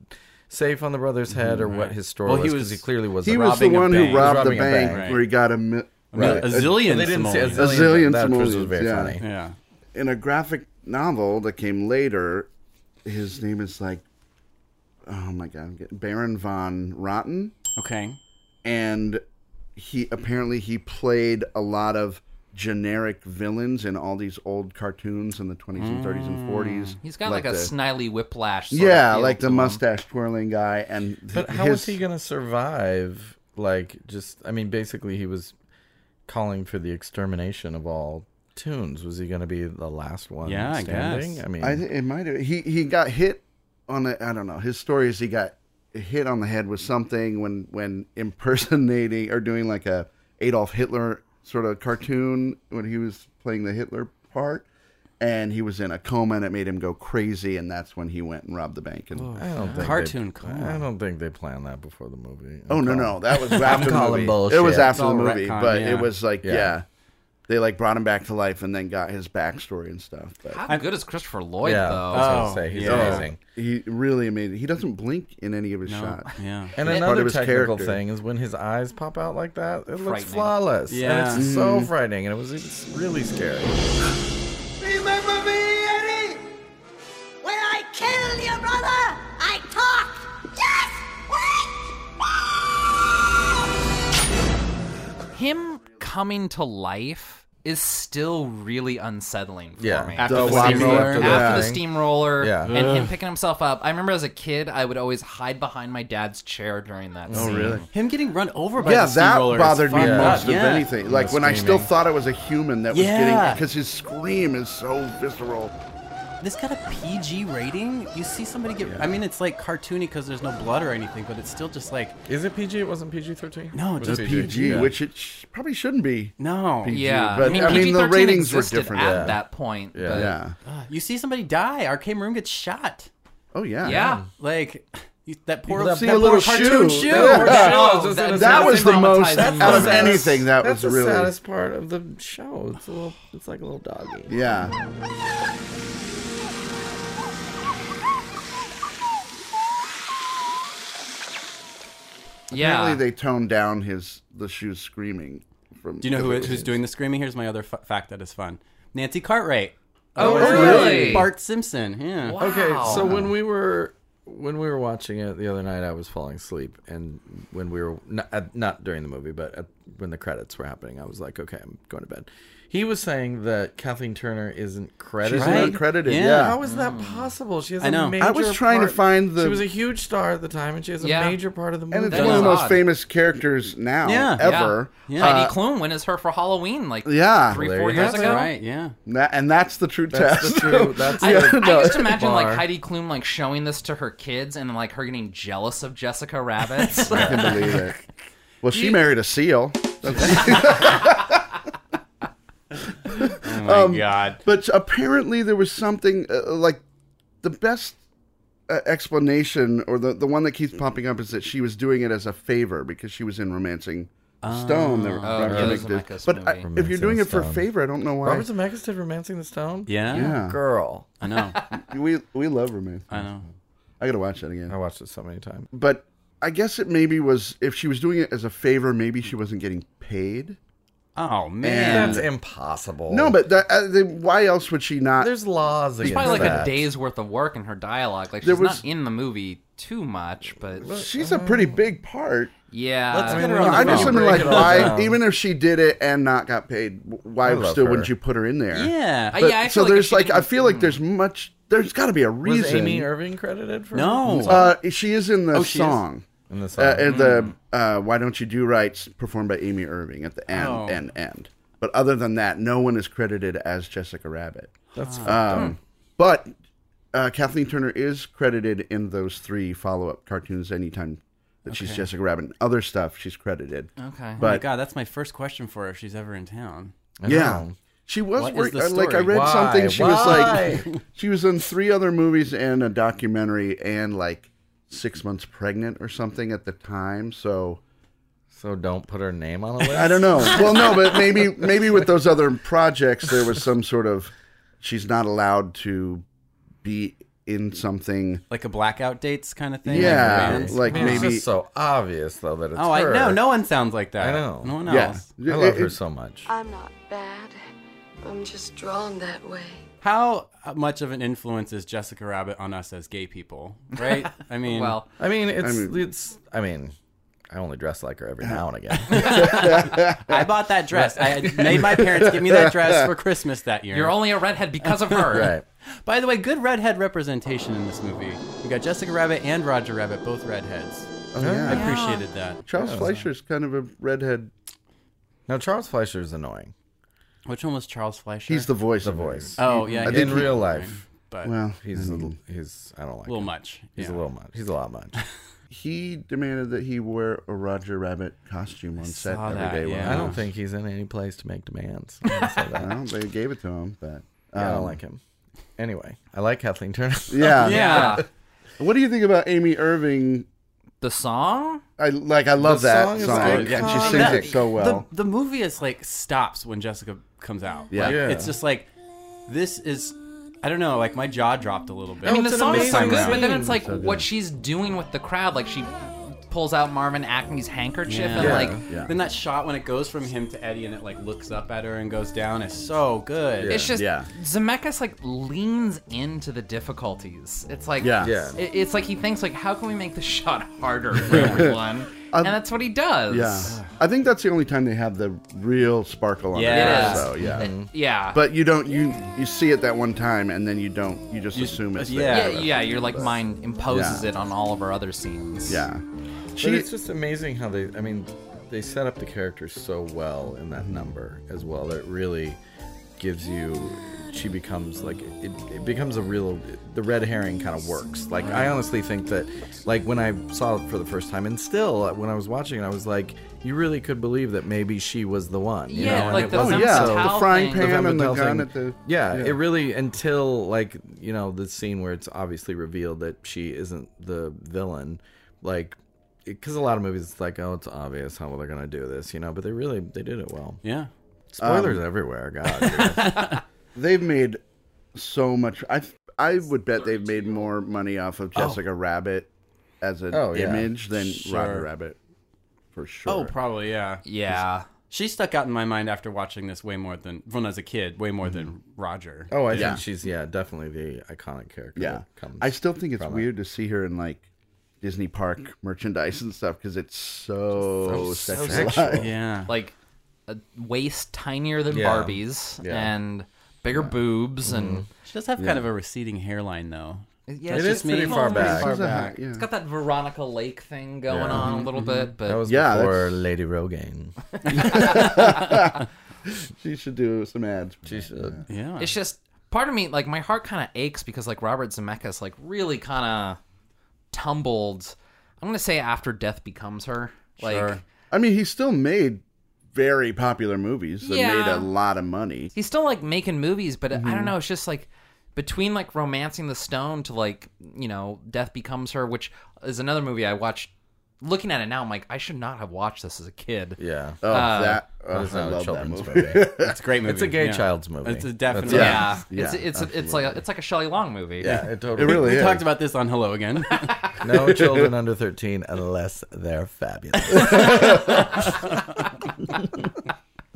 safe on the brother's head or what his story Mm-hmm, Well, was he was- 'cause he clearly was He a was the robbing a one bank. who He was robbed the robbing a bank bank. where he got a mi- Right. a- A zillion They didn't say a simoleons. zillion. zillion That was simoleons, very yeah. funny. yeah. in a graphic novel that came later, his name is like, oh my god, I'm getting, Baron von Rotten, Okay. and he apparently he played a lot of generic villains in all these old cartoons in the 20s and 30s and Mm. 40s. He's got like, a the- snily whiplash. Sort yeah, of feel like to the him. mustache twirling guy, and But his, how was he going to survive? Like, just I mean, basically, he was calling for the extermination of all tunes. Was he going to be the last one? Yeah, I standing? guess. I mean, I thi- it might have. He he got hit on the. I don't know. His story is he got hit on the head with something when when impersonating or doing like a Adolf Hitler sort of cartoon when he was playing the Hitler part, and he was in a coma, and it made him go crazy, and that's when he went and robbed the bank. And I Oh. don't think Cartoon they, clown. I don't think they planned that before the movie. oh no, no, that was after the calling movie. bullshit. It was after It's the all movie, retcon, but yeah. it was like yeah. Yeah. they like brought him back to life, and then got his backstory and stuff. But How good is Christopher Lloyd Yeah, I though? was gonna say he's Oh, yeah. amazing. he really amazing. He doesn't blink in any of his shots. Yeah. And Part another of his technical character. thing is when his eyes pop out like that, it looks Frightening. flawless. Yeah. and it's so Mm-hmm. frightening, and it was it's really scary. Remember me, Eddie? When I killed your brother, I talked. Yes! Him coming to life is still really unsettling for Yeah. me. After The the, Whopper steamroller. after after Yeah. the steamroller Yeah. and him picking himself up. I remember as a kid, I would always hide behind my dad's chair during that scene. Oh, really? Him getting run over by yeah, the that steamroller is bothered me fucked up. most of Yeah. anything. Like when I still thought it was a human that was getting Yeah. because his scream is so visceral. This got a PG rating. You see somebody get. I mean, it's like cartoony because there's no blood or anything, but it's still just like Is it PG? It wasn't PG thirteen. no, just PG. PG. PG, which it sh- probably shouldn't be. No. Yeah, But, I mean, the PG-13 ratings were existed different. at Yeah. that point. Yeah. but- Yeah. You see somebody die. Arcade Room gets shot. Oh yeah. yeah. Like you- that poor, Well, that see a poor little cartoon shoe. shoe. Yeah. Oh, I was just that- gonna That say was the most Traumatizing out of moment. anything. That That's was the really saddest part of the show. It's a little, it's like a little doggy. yeah. Yeah. Apparently they toned down his the shoes screaming. From Do you know who, who's doing the screaming? Here's my other f- fact that is fun. Nancy Cartwright. oh, Otherwise known as really? Bart Simpson. Yeah. Wow. Okay, so when we were when we were watching it the other night, I was falling asleep, and when we were not, uh, not during the movie, but at, when the credits were happening, I was like, okay, I'm going to bed. He was saying that Kathleen Turner isn't credited. She's Right? not credited. Yeah. Yeah. How is that possible? She has I know. a I major. was trying to part- find the- She was a huge star at the time, and she has a Yeah. major part of the movie. And it's That one of is the most odd. famous characters now Yeah. ever. Uh, Yeah. Yeah. Heidi Klum when is her for Halloween like Yeah. three, There four you years have it. ago? Right. Yeah. That- and that's the true That's test. the true. That's I, the- I just imagine like Bar. Heidi Klum like showing this to her kids and like her getting jealous of Jessica Rabbit. I can believe it. Well, she married a seal. Oh my god. Um, But apparently, there was something uh, like the best uh, explanation, or the, the one that keeps popping up, is that she was doing it as a favor because she was in romancing Stone. Oh, They were trying to yeah, make that's this- a Zemeckis But I, movie. if you're doing it for a Romancing Stone. favor, I don't know why. Robert Zemeckis did *Romancing the Stone*. Yeah. yeah, girl. I know. we we love romancing. I know. I gotta watch that again. I watched it so many times. But I guess it maybe was if she was doing it as a favor, maybe she wasn't getting paid. Oh man. That's impossible. No, but that, uh, then why else would she not? there's laws against Probably like that. a day's worth of work in her dialogue. Like she's There was- not in the movie too much, but She's a pretty big part. yeah. Let's get mean, her on I I the just No. phone. am Break like, it all why? down. Even if she did it and not got paid, w- why love still her. Mm. wouldn't you put her in there? Yeah. I- But, yeah, so feel like there's if she like, I didn't- feel like there's much. There's got to be a Was reason. Amy Irving credited for no. uh, she is in the Oh, she is? song. in the song? Uh, in the mm. uh, "Why Don't You Do Right" performed by Amy Irving at the end, Oh. end, end. But other than that, no one is credited as Jessica Rabbit. That's Um, but uh, Kathleen Turner is credited in those three follow-up cartoons. Anytime that she's Jessica Rabbit and other stuff, she's credited. oh okay. my But god. That's my first question for her if she's ever in town. Yeah. know. She was What is work- the uh, like I story? read Why? something. She Why? was like she was in three other movies and a documentary and like six months pregnant or something at the time. So so don't put her name on a list. I don't know. well, no, but maybe maybe with those other projects there was some sort of she's not allowed to be in something. Like a blackout dates kind of thing. Yeah, Like, bands? like I mean, it's maybe- just so obvious though that it's Oh, I her. no. No one sounds like that. I know. No one Yeah, else. I love her so much. I'm not bad. I'm just drawn that way. How much of an influence is Jessica Rabbit on us as gay people? Right? I mean, Well, I mean, it's mean- it's. I mean, I only dress like her every now and again. I bought that dress. I made my parents give me that dress for Christmas that year. you're only a redhead because of her. right. By the way, good redhead representation in this movie. We got Jessica Rabbit and Roger Rabbit, both redheads. Oh, yeah. I appreciated that. Charles Fleischer's kind of a redhead. Now Charles Fleischer is annoying. Which one was Charles Fleischer? He's the voice. The of it. voice. Oh yeah, in he- real life, but Well, mm. he's a little, he's. I don't like. a little him. much. He's yeah. a little much. He's a lot much. he demanded that he wear a Roger Rabbit costume on set saw every day. that, while yeah. I don't think he's in any place to make demands. I don't say that. Well, they gave it to him, but uh, Yeah, I don't like him. Anyway, I like Kathleen Turner. Yeah. Yeah. What do you think about Amy Irving? Uh, the song? I like. I love The that song song, is and she Oh, iconic. sings it so well. The, the movie is like stops when Jessica comes out. Yeah. Like, Yeah. It's just like this is I don't know, like my jaw dropped a little bit. I mean, Oh, it's the an song is so amazing good, scene. but then it's like what she's doing with the crowd. Like she pulls out Marvin Acme's handkerchief and Yeah. like Yeah. Then that shot when it goes from him to Eddie and it like looks up at her and goes down is so good. it's just Yeah. Zemeckis like leans into the difficulties. It's like Yeah. Yeah. it- it's like he thinks like how can we make the shot harder for everyone, Uh, and that's what he does. yeah, I think that's the only time they have the real sparkle on Yeah. it. So yeah, yeah, but you don't. You you see it that one time, and then you don't. You just assume it's yeah. yeah, yeah, your like mind imposes Yeah. it on all of our other scenes. there. Yeah, But she. it's just amazing how they. I mean, they set up the characters so well in that number as well. That it really gives you. She becomes like it, it becomes a real. The red herring kind of works. Like I honestly think that, like when I saw it for the first time, and still uh, when I was watching, it, I was like, you really could believe that maybe she was the one. You Yeah, know? And like it the Femme Oh wasn't yeah, Fatale the frying thing. pan the and the Vampel gun thing. at the. yeah, it really until like you know the scene where it's obviously revealed that she isn't the villain, like because a lot of movies it's like oh it's obvious how they're gonna do this you know but they really they did it well. Yeah. Um, Spoilers everywhere, God. They've made so much. I I would bet they've made more money off Oh. of Jessica Rabbit as an Oh, yeah. image than Roger Rabbit, for sure. Oh, probably, yeah. yeah. She stuck out in my mind after watching this way more than when I was a kid, way more than Roger. oh, I Yeah. think she's yeah definitely the iconic character. yeah. that comes I still think it's from it. weird to see her in like Disney Park merchandise and stuff because it's so, so sexualized. Yeah. like a waist tinier than Yeah. Barbie's Yeah. Mm-hmm. and bigger boobs and She does have kind of a receding hairline though. yeah, It it's is just me. pretty far back. She's a hot- yeah. It's got that Veronica Lake thing going Yeah. Mm-hmm. on a little bit, but That was Yeah, before that's- Lady Rogaine. She should do some ads. She should. Yeah. it's just part of me like my heart kind of aches because like Robert Zemeckis like really kind of tumbled. I'm gonna say after Death Becomes Her. Like Sure. I mean, he still made very popular movies that made Yeah. a lot of money. he's still like making movies, but Mm-hmm. I don't know. It's just like between like romancing the stone to like you know death becomes her, which is another movie I watched. Looking at it now, I'm like, I should not have watched this as a kid. Yeah. Oh, Uh, that oh, It's I not a love that children's movie. movie. it's a great movie. It's a gay yeah. child's movie. It's a That's definitely it. Yeah, Yeah, it's it's it's like a, it's like a Shelley Long movie. Yeah, it It totally. really We is. talked about this on Hello Again. No children under 13 unless they're fabulous.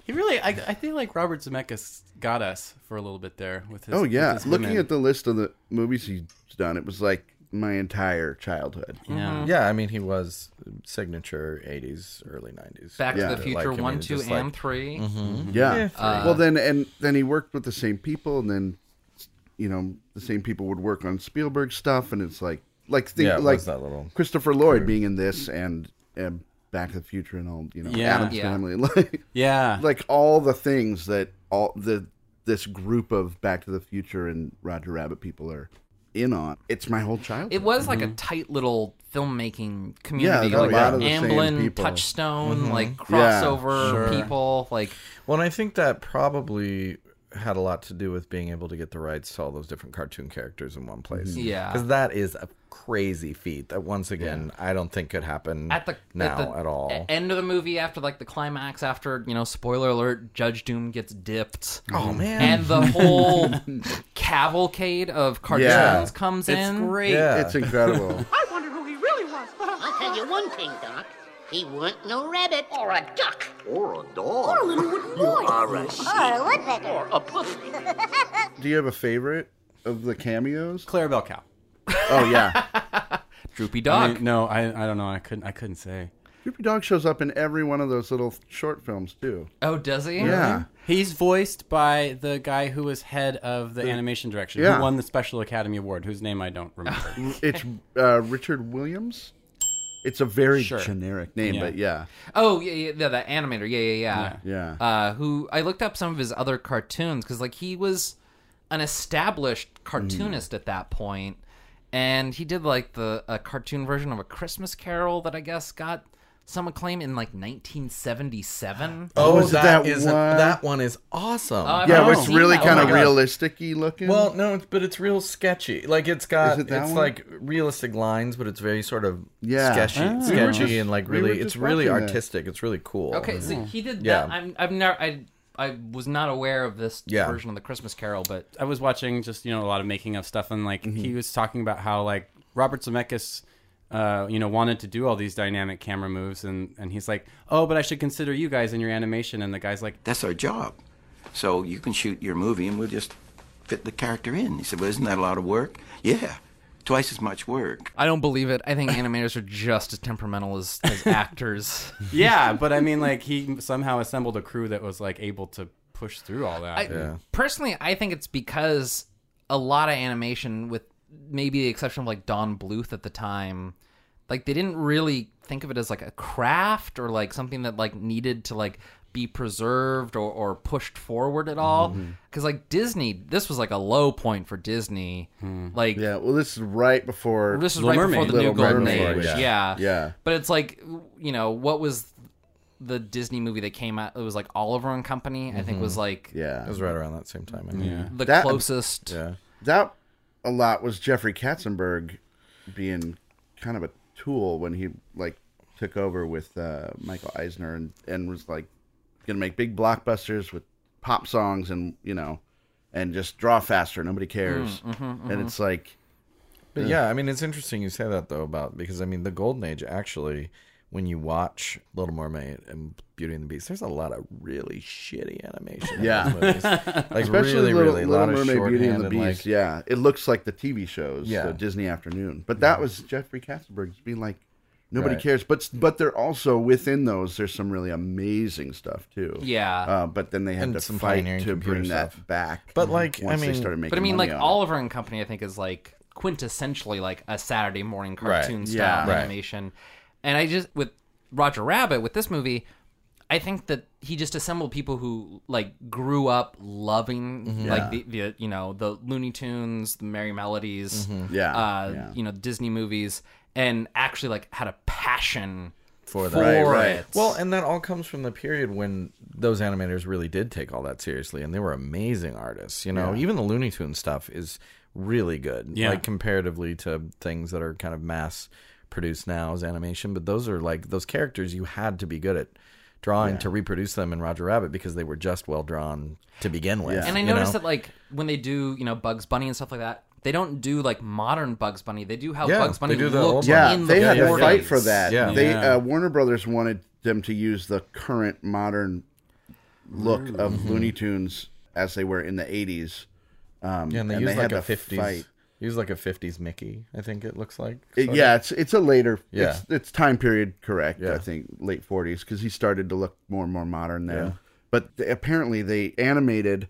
he really, I, I feel like Robert Zemeckis got us for a little bit there with his. Oh with yeah, his looking women. at the list of the movies he's done, it was like my entire childhood. yeah. Yeah, I mean, he was signature 80s, early 90s. Back Yeah. to the Future Like, I mean, one, two, just and like- three. Yeah. well, then and then he worked with the same people, and then you know the same people would work on Spielberg stuff, and it's like like think Yeah, it like was that little- Christopher Lloyd being in this and and Back to the Future and all you know Yeah. Adam's Yeah. Family, like Yeah. like all the things that all the this group of Back to the Future and Roger Rabbit people are in on. It's my whole childhood. It was like a tight little filmmaking community, Yeah, a like lot of the same Amblin, people. Touchstone, like Yeah, crossover people, like Well, and I think that probably had a lot to do with being able to get the rights to all those different cartoon characters in Mm-hmm. one place. Yeah. Because that is a crazy feat that, once again, I don't think could happen at the now at, the at all. e- end of the movie after like the climax after you know spoiler alert judge doom gets dipped oh, man. and the whole cavalcade of cartoons Yeah. comes It's in great. yeah. It's incredible. I wonder who he really was. I'll tell you one thing, Doc. He weren't no rabbit or a duck. Or a dog. Or a little wooden boy. Or a sheep. Or a woodpecker. Or a puppy. Do you have a favorite of the cameos? Claire Bell Cow. Oh yeah, droopy I dog mean, no, I, I don't know. I couldn't I couldn't say. Droopy Dog shows up in every one of those little short films too. oh does he Yeah, He's voiced by the guy who was head of the animation direction, Yeah. who won the Special Academy Award, whose name I don't remember. it's uh, Richard Williams. It's a very Sure. generic name, Yeah. but yeah, oh yeah, yeah, yeah the animator yeah yeah yeah, yeah. Uh, who I looked up some of his other cartoons because like he was an established cartoonist at that point, and he did like the a cartoon version of a Christmas Carol that I guess got some acclaim in like 1977. Oh, is it that is one? that one is awesome. Oh, I've yeah, never it's seen really that one. kind Oh of my God. realistic-y looking. well, no, it's, but it's real sketchy. Like it's got Is it that it's one? like realistic lines, but it's very sort of Yeah. sketchy, Ah. sketchy, and like we were really, just it's really watching that. artistic. It's really cool. Okay, so he did Yeah. that. I'm, I've never. I, I was not aware of this Yeah. version of the Christmas Carol, but I was watching just you know a lot of making of stuff, and like Mm-hmm. he was talking about how like Robert Zemeckis, uh, you know, wanted to do all these dynamic camera moves, and and he's like, oh, but I should consider you guys in your animation, and the guy's like, That's our job. So you can shoot your movie and we'll just fit the character in. He said, Well, isn't that a lot of work? Yeah, twice as much work. I don't believe it. I think animators are just as temperamental as, as actors. yeah, but I mean like he somehow assembled a crew that was like able to push through all that. I, Personally, I think it's because a lot of animation, with maybe the exception of like Don Bluth at the time, like they didn't really think of it as like a craft or like something that like needed to like be preserved or, or pushed forward at all. Mm-hmm. Because like Disney, this was like a low point for Disney. Like Hmm. yeah. Well, this is right before. This is Little right Mermaid. before the new Little golden Mermaid, age. yeah. Yeah. Yeah. But it's like, you know, what was the Disney movie that came out? It was like Oliver and Company. I think was like Mm-hmm. yeah, It was right around that same time. I mean. Yeah. the That- closest. Yeah. that a lot was Jeffrey Katzenberg being kind of a tool when he like took over with uh, Michael Eisner and and was like gonna make big blockbusters with pop songs and you know and just draw faster. Nobody cares, and it's like But yeah, I mean, it's interesting you say that though about because I mean, the Golden Age actually, when you watch Little Mermaid and Beauty and the Beast, there's a lot of really shitty animation. in Yeah. those movies. like especially really, Little, really, a Little lot of Mermaid, Beauty and the shorthand and, Beast. like, yeah, it looks like the TV shows, Yeah. the Disney Afternoon. But that was Jeffrey Katzenberg just being like, nobody Right. cares. But but they're also within those. There's some really amazing stuff too. Yeah. Uh, but then they had And to some fight pioneering to computer bring that stuff. back. But, like, I once mean- they started making, But I mean, money like on it. Oliver and Company, I think is like quintessentially like a Saturday morning Right. cartoon Yeah. style Right. animation. And I just with Roger Rabbit with this movie, I think that he just assembled people who like grew up loving Mm-hmm. like the, the you know the Looney Tunes, the Merry Melodies, Mm-hmm. Yeah, uh, yeah. you know Disney movies, and actually like had a passion for, Right, right. it. Well, and that all comes from the period when those animators really did take all that seriously, and they were amazing artists. You know, even the Looney Tunes stuff is really good, Yeah. like comparatively to things that are kind of mass produced now as animation. But those are like those characters you had to be good at drawing to reproduce them in Roger Rabbit because they were just well drawn to begin with. And I you noticed know? that like when they do, you know, Bugs Bunny and stuff like that, they don't do like modern Bugs Bunny. They do how Yeah, Bugs Bunny they do the old looked one. Yeah, in they the had to 40s. fight for that. Yeah. They Yeah. uh, Warner Brothers wanted them to use the current modern look of Looney Tunes as they were in the 80s. Um, yeah, and they used like had a to fifties. fight. Use like a fifties Mickey, I think it looks like. It- sort of. yeah, it's it's a later. Yeah. It's, it's time period correct. I Yeah. think late forties because he started to look more and more modern then. But th- apparently they animated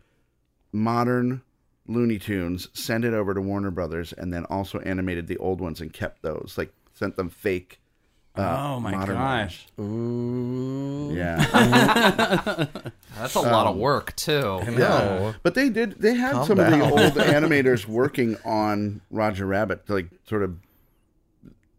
modern Looney Tunes, sent it over to Warner Brothers, and then also animated the old ones and kept those. Like sent them fake. Uh, oh my modern gosh, ones. Yeah. That's a lot of work too. No. but Um, they did. They had Calm some of the down. old animators working on Roger Rabbit, like sort of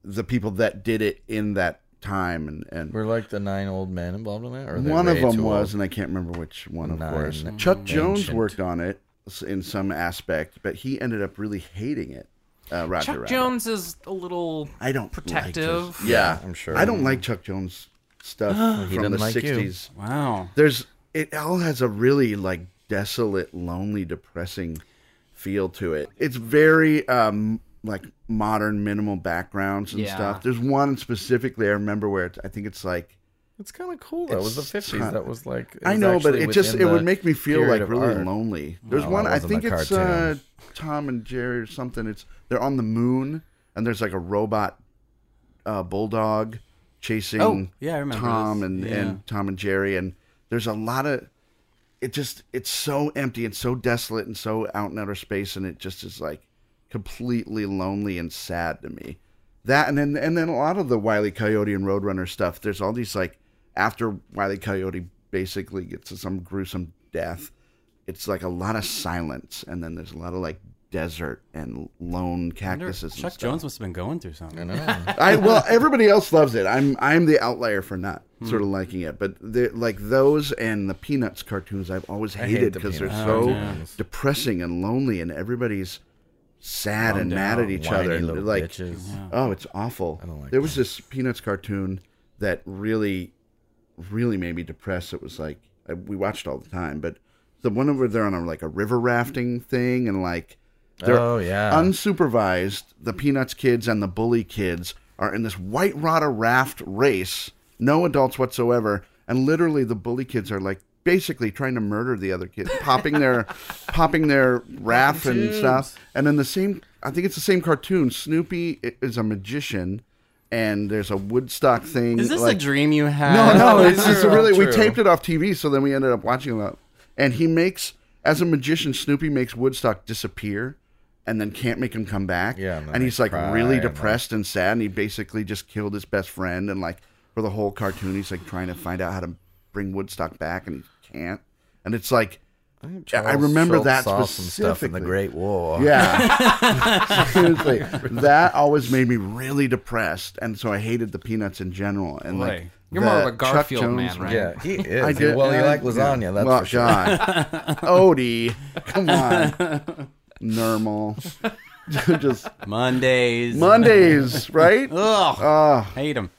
the people that did it in that time and and Were like the nine old men involved in that, or are they One of way them too was, old? and I can't remember which one, of Nine. course. Mm. Chuck Jones Ancient. worked on it s- in some aspect, but he ended up really hating it. Uh, Roger Chuck Rabbit. Jones is a little I don't like his- protective. yeah, I'm sure. I don't like Chuck Jones stuff from didn't the like you. '60s. wow. There's it all has a really like desolate, lonely, depressing feel to it. It's very um like modern minimal backgrounds and Yeah. stuff. There's one specifically I remember where it's, I think it's like It's kind of cool. That was the It's fifties. not- That was like it I was know, but actually it just within it would the make me feel period like of really art. lonely. There's No, one that I wasn't think the it's uh, cartoon. Tom and Jerry or something. It's they're on the moon and there's like a robot uh, bulldog chasing Oh, yeah, I remember Tom this. and, Yeah. and Tom and Jerry and there's a lot of it just it's so empty and so desolate and so out in outer space and it just is like completely lonely and sad to me. That and then and then a lot of the Wile E. Coyote and Roadrunner stuff. There's all these like after Wile E. Coyote basically gets to some gruesome death, it's like a lot of silence and then there's a lot of like desert and lone cactuses. and Chuck stuff. Jones must have been going through something. I know. I well, everybody else loves it. I'm I'm the outlier for not sort of Hmm. liking it, but they're- like those and the Peanuts cartoons, I've always I hate hated the because they're Peanuts Oh, so cartoons. depressing and lonely, and everybody's sad Calm and mad down, at each whiny other. and little like, bitches. Yeah. oh, it's awful. I don't like there was this Peanuts cartoon that really, really made me depressed. It was like I, we watched all the time, but the one over there on a, like a river rafting thing, and like they're Oh, yeah. unsupervised, the Peanuts kids and the Bully kids are in this white rata raft race, no adults whatsoever, and literally the Bully kids are like basically trying to murder the other kids, popping their popping their raft and stuff. And then the same, I think it's the same cartoon. Snoopy i- is a magician. And there's a Woodstock thing. Is this like- a dream you had? no, no, it's These just are all really. We true. taped it off TV, so then we ended up watching it. And he makes, as a magician, Snoopy makes Woodstock disappear, and then can't make him come back. Yeah, and then and they he's like cry really and then- depressed and sad, and he basically just killed his best friend. And like for the whole cartoon, he's like trying to find out how to bring Woodstock back, and he can't. And it's like, I Charles remember Schultz that saw specifically. some stuff in the Great War. Yeah. Seriously. That always made me really depressed. And so I hated the peanuts in general. And like Boy. You're more the of a Chuck Garfield Jones man, right? Yeah, he is. I did. Well, you I- like lasagna, that's well, for sure. God. Odie. Come on. Normal. Just Mondays. Mondays, right? Ugh. Ah, I hate them.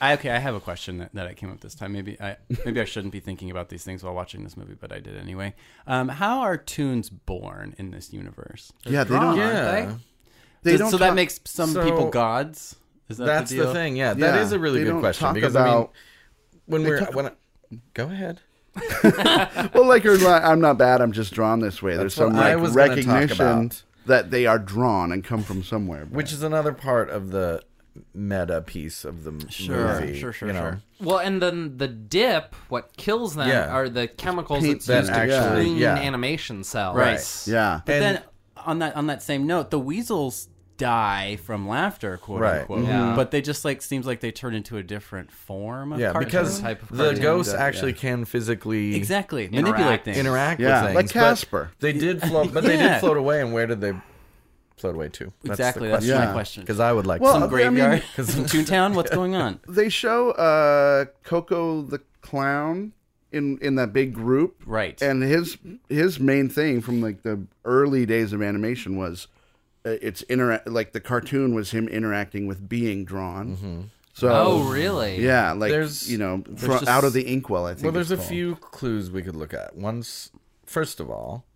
I, okay, I have a question that, that I came up this time. Maybe I maybe I shouldn't be thinking about these things while watching this movie, but I did anyway. Um, how are tunes born in this universe? yeah, they Oh, don't. Yeah. They Does- don't so that talk- makes some So- people gods. Is that That's the, the, deal? thing. Yeah, Yeah, that is a really they good don't question talk because I mean, about- when we're when I, go ahead. Well, like you're like, I'm not bad. I'm just drawn this way. There's That's what some I like, was gonna talk recognition about. that they are drawn and come from somewhere. Which is another part of the meta piece of the m- movie. sure, sure, you know. sure. Well, and then the dip, what kills them Yeah. are the chemicals Paint that's that used to actually- clean yeah. animation cells. Right. yeah. But And- then on that on that same note, the weasels die from laughter, quote Right. unquote. But they just like seems like they turn into a different form. Of Yeah, cartoon because type of the cartoon. ghosts actually can physically exactly manipulate things. interact Yeah, with things. like but Casper. They did float, but they Yeah. did float away. And where did they float away to? Exactly. That's, my Yeah. question. Because I would like Well, some I mean- graveyard. Because Toontown, what's going on? they show uh Coco the clown in in that big group. Right. And his his main thing from like the early days of animation was uh, it's interact like the cartoon was him interacting with being drawn. Mm-hmm. So Oh, really? yeah, like There's- you know there's fro- just- out of the inkwell. I think. Well, there's it's a called. few clues we could look at. One's first of all,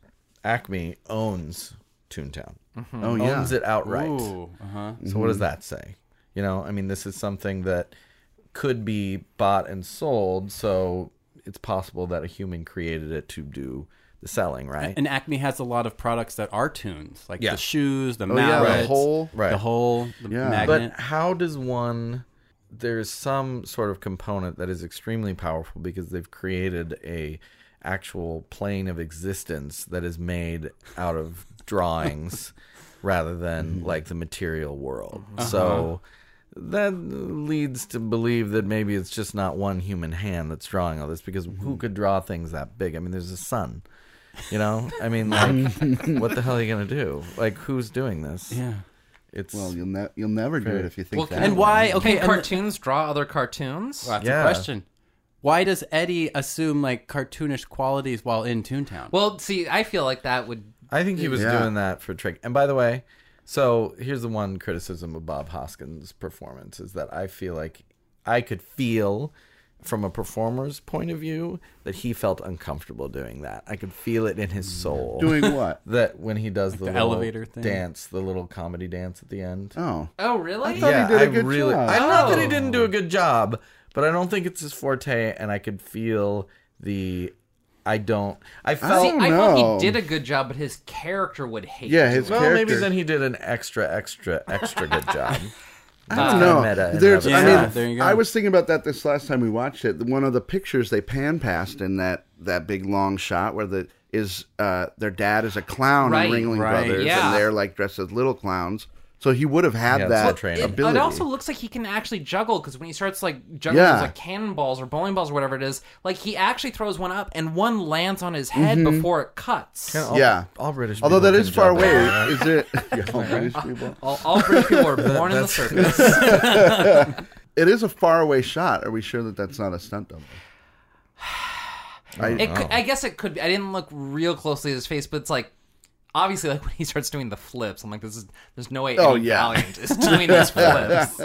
Acme owns Toontown. Oh yeah. Owns it outright. Mm-hmm. Ooh, uh-huh. So what does that say? You know, I mean, this is something that could be bought and sold. So it's possible that a human created it to do the selling, right? And Acme has a lot of products that are tunes, like Yeah. the shoes, the Oh, yeah, mallets, the whole. right. the whole, the Yeah. magnet. But how does one? There's some sort of component that is extremely powerful because they've created a actual plane of existence that is made out of drawings rather than like the material world. So that leads to believe that maybe it's just not one human hand that's drawing all this because who could draw things that big? I mean, there's a sun. You know, I mean, like, what the hell are you gonna do? Like, who's doing this? yeah. It's Well, you'll ne- you'll never do it if you think Well, that. and And way. why? Okay, Can and the- cartoons draw other cartoons? Well, that's Yeah. a question. Why does Eddie assume like cartoonish qualities while in Toontown? Well, see, I feel like that would. I think he was Yeah. doing that for trick. And by the way, so here's the one criticism of Bob Hoskins' performance is that I feel like I could feel from a performer's point of view that he felt uncomfortable doing that. I could feel it in Mm. his soul. doing what? that when he does the, the little elevator thing? dance, the little comedy dance at the end. Oh, Oh, really? thought he did a I good really, job. I not that he didn't Oh. do a good job, but I don't think it's his forte, and I could feel the. I don't. I felt. See, I thought Oh, no. he did a good job, but his character would hate. yeah, it. his Well, character. maybe then he did an extra, extra, extra good job. I don't know. There's, Yeah, I mean, there you go. I was thinking about that this last time we watched it. One of the pictures they pan past in that that big long shot where the is uh, their dad is a clown Right, in Ringling right, Brothers, yeah. and they're like dressed as little clowns. So he would have had Yeah, it's that the training. It, ability. it also looks like he can actually juggle because when he starts like juggling Yeah. those, like cannonballs or bowling balls or whatever it is, like he actually throws one up and one lands on his head Mhm. before it cuts. Yeah, all- yeah. all British Although people that can is far juggle, away, right? is it? Yeah, all British people. All, all British people are born in the That's- circus. it is a far away shot. Are we sure that that's not a stunt double? I, It could, I guess it could. be. I didn't look real closely at his face, but it's like obviously like when he starts doing the flips, I'm like, this is there's no way. Oh, any yeah. Valiant is doing these flips.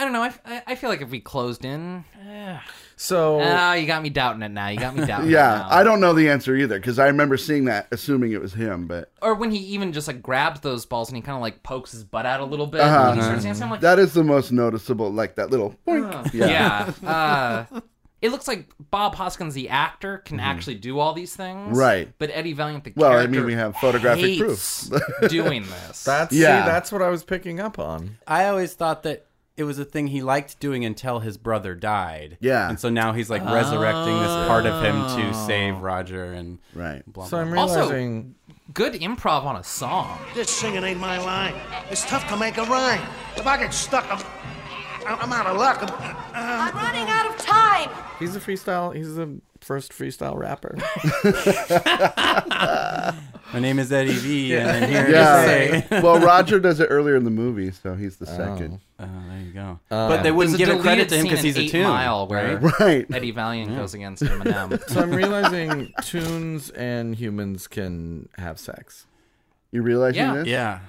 I don't know. I, I- I feel like if we closed in, eh. So Uh, Ah, you got me doubting it now. You got me doubting. yeah, it now. I don't know the answer either because I remember seeing that, assuming it was him. But or when he even just like grabs those balls and he kind of like pokes his butt out a little bit. Uh-huh. And he starts dancing. I'm like, that is the most noticeable, like that little. boink. "Oh." yeah. Uh, it looks like Bob Hoskins, the actor, Mm-hmm. can actually do all these things, Right. But Eddie Valiant, the Well, I character, mean, we have photographic hates doing this. that's Yeah. see, that's what I was picking up on. I always thought that it was a thing he liked doing until his brother died. Yeah. And so now he's like resurrecting this part of him to Oh. save Roger and Right. blah, So blah, I'm blah. Also- realizing good improv on a song. This singing ain't my line. It's tough to make a rhyme. If I get stuck, I'm, I'm out of luck. I'm- I'm running out of time. he's a freestyle. He's the first freestyle rapper. My name is Eddie V, and I'm here to say. Yeah. well, Roger does it earlier in the movie, so he's the second. Oh, there you go. but they wouldn't Uh, There's give a it credit deleted to him because scene in he's a Eight tune. Mile where Oh. Right. Eddie Valiant goes against Eminem. so I'm realizing tunes and humans can have sex. You realize Yeah. this Yeah.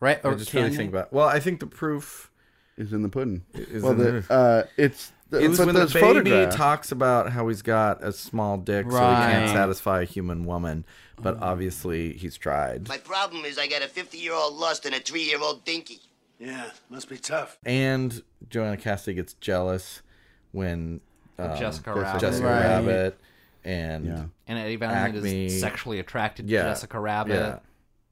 Right? Or I just really can think you? about. Well, I think the proof is in the pudding. is well, in the, uh, it's the, It's but when the those baby photographs. talks about how he's got a small dick, so he can't Right. satisfy a human woman. But obviously, he's tried. My problem is I got a 50 year old lust and a three year old dinky. Yeah, must be tough. And Joanna Cassidy gets jealous when um, Jessica Rabbit. Jessica Right. Rabbit and yeah. and Eddie Valiant Acme. is sexually attracted to Yeah. Jessica Rabbit.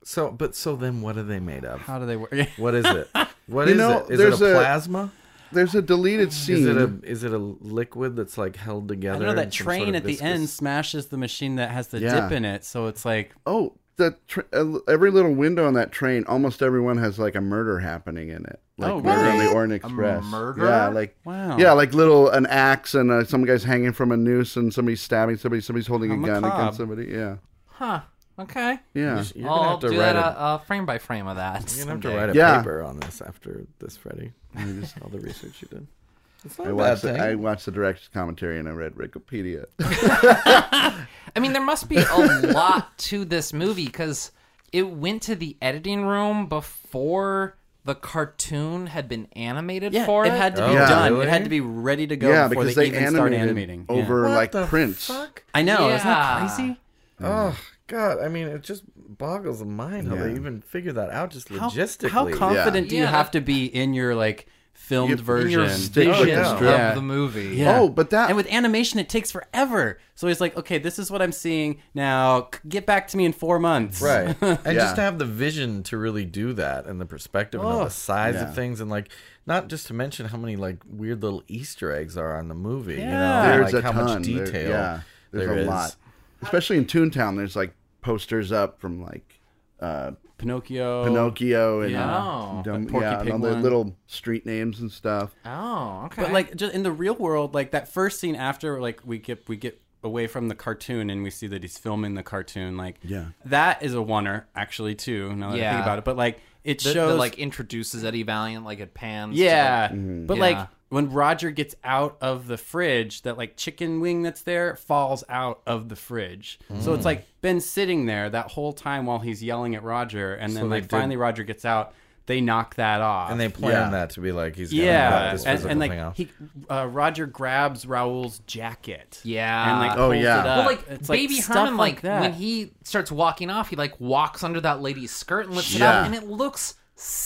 So, but so then, what are they made of? How do they work? Yeah. What is it? What You is know, it? Is there's it a a- plasma? There's a deleted scene. Is it a is it a liquid that's like held I together? know that in some sort train of at the viscous- end smashes the machine that has the Yeah. dip in it, so it's like oh, the tr uh, every little window on that train, almost everyone has like a murder happening in it. Like Oh, murder on really? the Orient Express. murder? Yeah, like Wow. Yeah, like little an axe and uh, some guy's hanging from a noose and somebody's stabbing somebody. Somebody's holding a gun macabre. against somebody. Yeah, Huh. Okay. yeah. You're gonna I'll have to do write that a- uh, uh, frame by frame of that. You're gonna have to someday. write a Yeah. paper on this after this, Freddie. all the research you did. It's not I a bad eh? watched, the, thing. I watched the director's commentary and I read Wikipedia. I mean, there must be a lot to this movie because it went to the editing room before the cartoon had been animated yeah, for it. it had to be Oh, done. really? It had to be ready to go yeah, before because they, they, even start animated animating. Yeah. over What like the prints. fuck? I know, isn't Yeah. that crazy? Oh God! I mean, it just boggles the mind how they Yeah. even figure that out just How- logistically. How, confident do you Yeah, have that- to be in your like filmed You- in version? your stick with the yeah. strap. of the movie. Yeah. Oh, but that- and with animation it takes forever. So he's like, okay, this is what I'm seeing now. c- Get back to me in four months. right? and Yeah. just to have the vision to really do that, and the perspective, and the size Yeah. of things, and like not just to mention how many like weird little Easter eggs are on the movie. Yeah. You know, There's like a how ton. much There- detail. yeah, there's there a is. lot, especially in Toontown. There's like posters up from like uh, Pinocchio. Pinocchio and Oh. yeah. Oh. uh, Dumb- Porky yeah, and Pig all the one. little street names and stuff. Oh, okay. But like just in the real world, like that first scene after like we get we get away from the cartoon and we see that he's filming the cartoon, like Yeah. that is a oneer actually too. Now that I Yeah. think about it, but like it that, shows that, like introduces Eddie Valiant, like it pans. to, Yeah. Mm-hmm. But Yeah. like when Roger gets out of the fridge, that like chicken wing that's there falls out of the fridge. So Mm. it's like been sitting there that whole time while he's yelling at Roger and then So they like did- finally Roger gets out, they knock that off. And they plan Yeah. that to be like he's gonna cut yeah, this and, physical and thing like off. he, uh, Roger grabs Raoul's jacket. Yeah. and like Oh, pulls yeah. it Well, up. like It's, baby stuff Herman, like, like, that. when he starts walking off, he like walks under that lady's skirt and lifts it Yeah. up, and it looks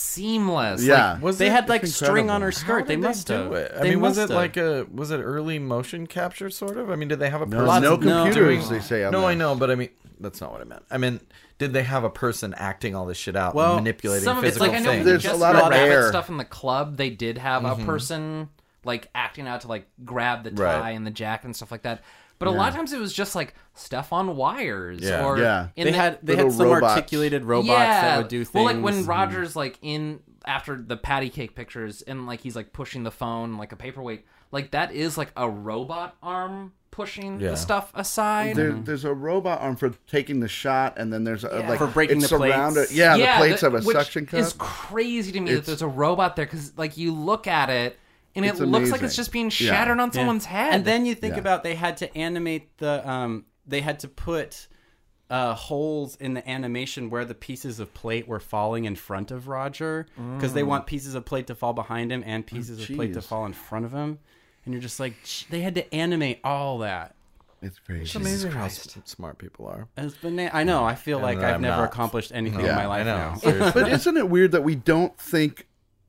seamless. Yeah. like, Was they it- had like It's string on incredible. her How skirt. did They must do have. it? I They mean, was it must have. like a was it early motion capture sort of? I mean, did they have a No, person? no of- no. computers. They say on No, that. I know, but I mean, that's not what I meant. I mean, did they have a person acting all this shit out, Well, manipulating some of it's physical like I know things? Mm-hmm. when There's just a lot of Rabbit air. stuff in the club. They did have a person like acting out to like grab the tie Right. and the jacket and stuff like that. But a lot of times it was just like stuff on wires Yeah. or Yeah. in they the- had they had little some robots. Mm-hmm. articulated robots that would do things. Well, like when Rogers like in after the patty cake pictures and like he's like pushing the phone like a paperweight. Like that is like a robot arm pushing Yeah. the stuff aside. There, There's a robot arm for taking the shot, and then there's a, like For breaking it's the plates. surrounded- Yeah, the plates that- of a which suction cup. is crazy to me It's- that there's a robot there because like you look at it and it It's looks like amazing. it's just being Yeah. shattered on someone's head. And then you think Yeah. about they had to animate the um they had to put uh, holes in the animation where the pieces of plate were falling in front of Roger because they Mm. want pieces of plate to fall behind him and pieces of plate to jeez. fall in front of him, and you're just like "Ch- they had to animate all that. It's crazy. Jesus amazing how Christ. s- smart people are. It's bana- I know. I feel And like that I've I'm never not. accomplished anything Yeah, in my life I know, now. seriously. but isn't it weird that we don't think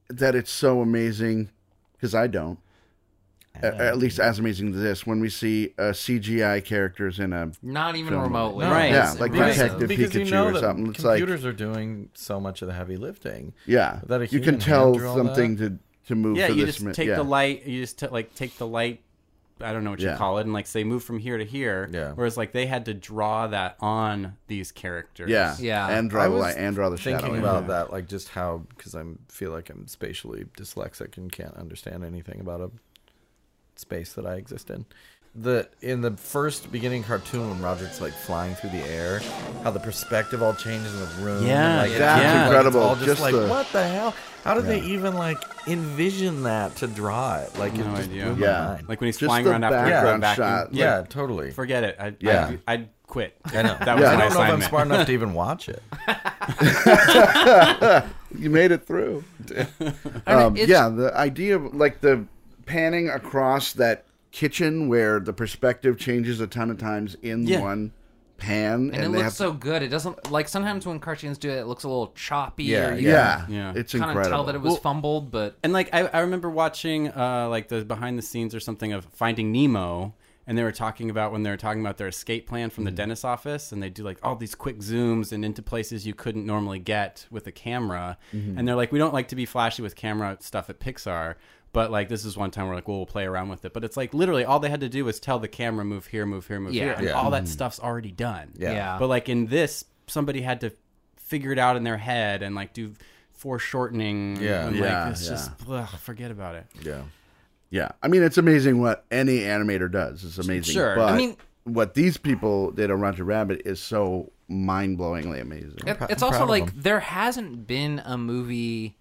that it's so amazing? Because I don't. A- At least as amazing as this, when we see uh, CGI characters in a Not even film. remotely. yeah, like Because- Detective because Pikachu you know or that something. It's like computers are doing so much of the heavy lifting. Yeah. Without a You can human tell hand through all something that. to- to move yeah, for you this just mi- take yeah. the light. You just t- like take the light. I don't know what you Yeah. call it, and like say move from here to here. Yeah. Whereas like they had to draw that on these characters. Yeah. I was Thinking about that, like just how because I feel like I'm spatially dyslexic and can't understand anything about a space that I exist in. The in the first beginning cartoon when Roger's like flying through the air, how the perspective all changes in the room. and, Yeah. like, That's it's incredible. all just, Just like the- what the hell? How did they Yeah. even like envision that to draw it? Like it No just idea. blew my Yeah. mind. Like when he's Just flying the around after a background vacuum. shot, like- yeah, totally. Forget it. I- yeah, I'd- I'd quit. I know. That was I my don't know if I'm assignment. smart enough to even watch it. you made it through. I um, mean, it's- yeah, the idea of like the panning across that kitchen where the perspective changes a ton of times in Yeah. one pan, and, and, it they looks have so good. It doesn't like sometimes when cartoons do it, it looks a little choppy. Yeah, or you yeah. can Yeah. It's kinda incredible. tell that it was Well- fumbled, but And like I, I remember watching uh, like the behind the scenes or something of Finding Nemo, and they were talking about when they were talking about their escape plan from Mm. the dentist's office, and they do like all these quick zooms and into places you couldn't normally get with a camera, Mhm. and they're like, we don't like to be flashy with camera stuff at Pixar. But like this is one time we're like, well, we'll play around with it. But it's like literally all they had to do was tell the camera move here, move here, move Yeah. here, and Yeah. all that Mhm. stuff's already done. Yeah. Yeah. But like in this, somebody had to figure it out in their head and like do foreshortening. Yeah. and, Yeah, Like, it's yeah. just ugh, forget about it. Yeah. Yeah, I mean it's amazing what any animator does. It's amazing. Sure. but I mean- what these people did on Roger Rabbit is so mind-blowingly amazing. It- it's also like there hasn't been a movie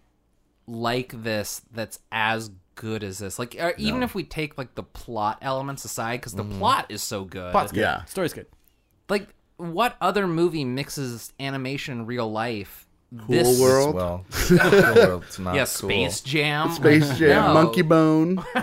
like this that's as good as this. Like uh, even No. if we take like the plot elements aside, because the Mm-hmm. Mhm. plot is so good. Plot's good. Yeah. Story's good. Like what other movie mixes animation and real life? Cool World? Well, Cool World's not yeah, cool. Space Jam. Space Jam, No. Monkey Bone.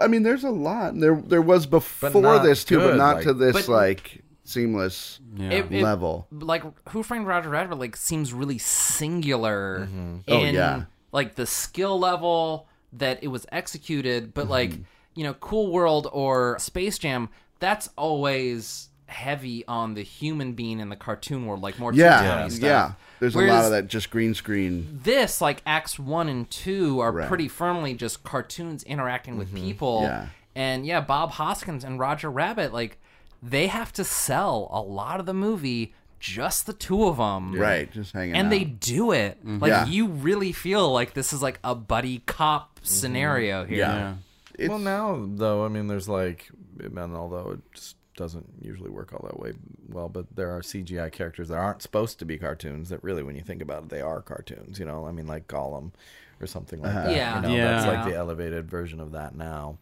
I mean, there's a lot. and There, there was before not this too, but good, not like- to this But- like seamless It- it- level. like Who Framed Roger Rabbit like seems really singular Oh, in yeah. like the skill level that it was executed, but like Mm-hmm. you know, Cool World or Space Jam, that's always heavy on the human being in the cartoon world, like more yeah, yeah. two-tone-y stuff. There's a lot Whereas of that just green screen. This, like acts one and two, are Right. Mm-hmm. pretty firmly just cartoons interacting with people. Yeah. And yeah, Bob Hoskins and Roger Rabbit, like they have to sell a lot of the movie, just the two of them, Right, just hanging and out. they do it. Mhm. Like Yeah. Mm-hmm. you really feel like this is like a buddy cop scenario here. Well, now though, I mean, there's like, and although it just doesn't usually work all that way well, but there are CGI characters that aren't supposed to be cartoons that really, when you think about it, they are cartoons. You know, I mean, like Gollum or something like Uh-huh. that. Yeah. you know, That's Yeah. like the elevated version of that now.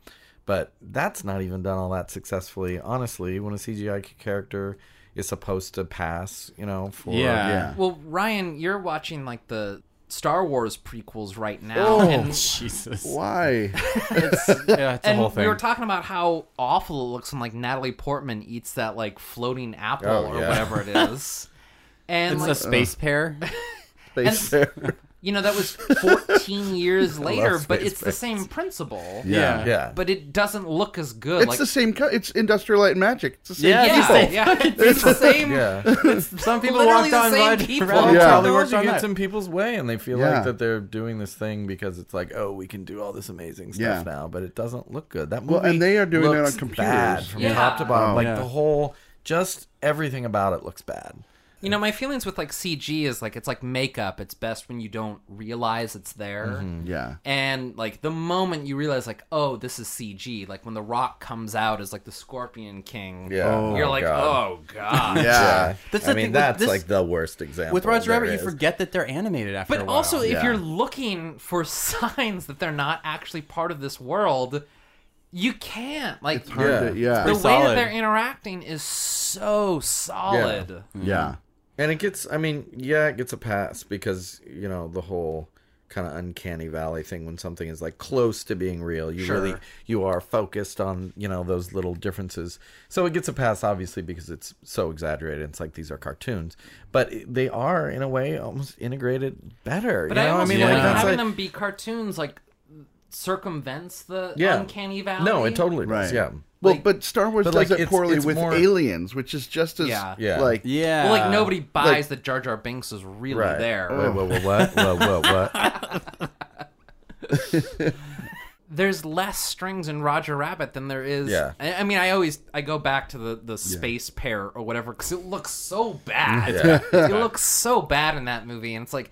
But that's not even done all that successfully, honestly. When a CGI c- character is supposed to pass, you know, for Well, Ryan, you're watching like the Star Wars prequels right now. Oh, and Jesus. Why? it's, Yeah, it's a and whole We were thing. talking about how awful it looks when like Natalie Portman eats that like floating apple Oh, or yeah. whatever it is. And It's like- a space pear. Space And- pear. You know that was 14 years I love later, but space it's the pears. same principle. Yeah. Yeah. Yeah. But it doesn't look as good. It's like, the same. Co- it's Industrial Light and Magic. It's the same Yeah, people. yeah, yeah. It's the same- Yeah. Some people Literally walked the on same Roger people. Rabbit, Yeah. probably Technology worked on gets that. in people's way, and they feel Yeah. like that they're doing this thing because it's like, oh, we can do all this amazing stuff Yeah. now, but it doesn't look good. That movie Well, and they are doing it looks on computers. bad from Yeah. top to bottom. Oh. Like Yeah. the whole, just everything about it looks bad. You know, my feelings with like CG is like it's like makeup. It's best when you don't realize it's there. Mhm. Yeah. And like the moment you realize like, oh, this is CG, like when the rock comes out as like the Scorpion King. Yeah. Oh, You're like, God. oh god. Yeah. That's I mean, that's, like, the worst example With Roger there Rabbit, you is. forget that they're animated after. But a while. also, if Yeah. you're looking for signs that they're not actually part of this world, you can't. Like, It's hard Yeah. to- yeah. the way Pretty that solid. they're interacting is so solid. Yeah. And it gets, I mean, yeah, it gets a pass because, you know, the whole kind of uncanny valley thing when something is like close to being real you Sure. really you are focused on you know those little differences so it gets a pass obviously because it's so exaggerated it's like these are cartoons but it- they are in a way almost integrated better But you I, know almost i mean feel like like that's having like, them be cartoons like circumvents the Yeah. uncanny valley. No, it totally does. Yeah. Well, but Star Wars but, does like, it it's- poorly it's with more- aliens, which is just as Yeah. Yeah. like Well, like nobody buys that Jar Jar Binks is really Right. there. Whoa, whoa, whoa, what? Whoa, whoa, what? There's less strings in Roger Rabbit than there is. Yeah. I, I mean, I always I go back to the the space pair or whatever because it looks so bad. It's Yeah. bad. it looks so bad in that movie, and it's like.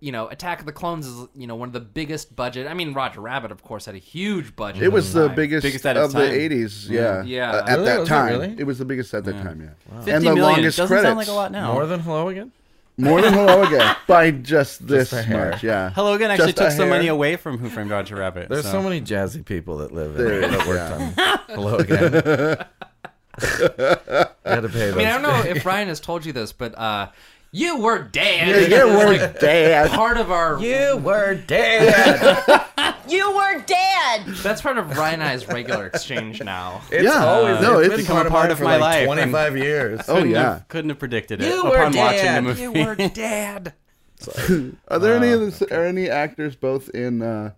You know, Attack of the Clones is you know one of the biggest budget. I mean, Roger Rabbit, of course, had a huge budget. It at was the the time. Mm-hmm. biggest, of the '80s, yeah, yeah. uh, at that Was it time, really? it was the biggest at that time, yeah. Wow. 50 million. Doesn't sound like a lot now. more than hello again more than Hello Again by just this a hair. much, yeah. Hello Again actually Just a took so many hair. away from Who Framed Roger Rabbit. There's so, many jazzy people that live There in, is, that worked yeah. on Hello Again. I had to pay I mean, I those don't know guys. if Ryan has told you this, but uh, you were dead. Yeah, you It was, were dead. Part of our. You were dead. You were dead! That's part of Ryan and I's regular exchange now. It's Yeah. always- No, it's been become a part part of mine of for my like life. 25 and years. Oh, couldn't yeah. have, couldn't have predicted it You were upon watching dead. the You movie. were dead. Are there Oh, any of this, are any actors both in uh,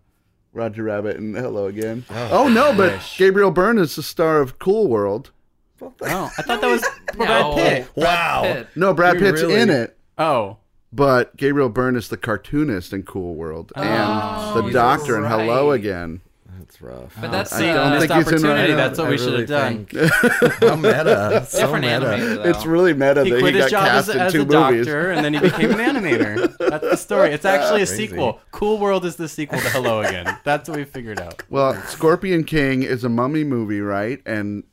Roger Rabbit and Hello Again? Oh, no, but Gabriel Byrne is the star of Cool World. Oh, I thought that was No. Brad Pitt. Wow. Pitt. No, Brad You Pitt's really- in it. Oh. But Gabriel Byrne is the cartoonist in Cool World and Oh, the you're doctor in Hello right. Again. That's rough. But that's I the don't missed think he's in opportunity. Roger That's what Rabbit. we should have done. How meta. So Different meta. animator, though. It's really meta He that he quit got his job as, cast in as two a movies. doctor, and then he became an animator. That's the story. It's actually a Crazy. sequel. Cool World is the sequel to Hello Again. That's what we figured out. Well, Scorpion King is a mummy movie, right? And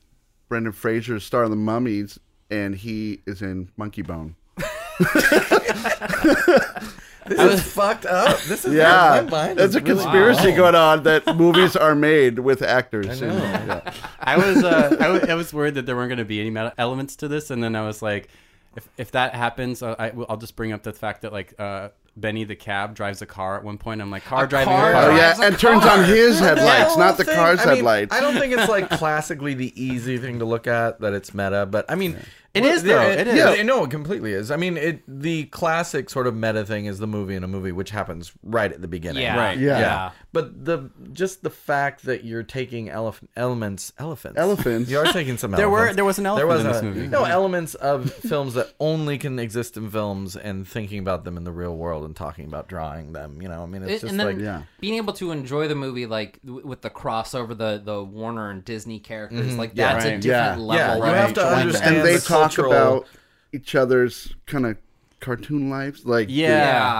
Brendan Fraser is star of the mummies, and he is in Monkey Bone. This is fucked up. This is Yeah, my mind that's is a really- conspiracy Wow. going on that movies are made with actors. I know. And- yeah. I was uh, I, w- I was worried that there weren't going to be any meta elements to this, and then I was like, if if that happens, uh, I, will just bring up the fact that like uh, Benny the cab drives a car at one point. I'm like, car driving car a car. Oh yeah, and turns on his headlights, whole not the thing- car's I mean, headlights. I don't think it's like classically the easy thing to look at that it's meta, but I mean, It well, is, there- though. It is. Yeah, no, it completely is. I mean, it the classic sort of meta thing is the movie in a movie, which happens right at the beginning. Yeah. Right. Yeah. But the just the fact that you're taking elef- elements, elephants, Elephants. You are taking some. There were- elephants. there was an elephant in a- this movie. No elements of films that only can exist in films and thinking about them in the real world and talking about drawing them. You know, I mean, it's It- just and then like being able to enjoy the movie like w- with the crossover, the the Warner and Disney characters, Mhm. like Yeah. that's a Right. different Yeah. level. Yeah, you of have to enjoyment. understand and they the talk cultural- about each other's kind of cartoon lives, like Yeah.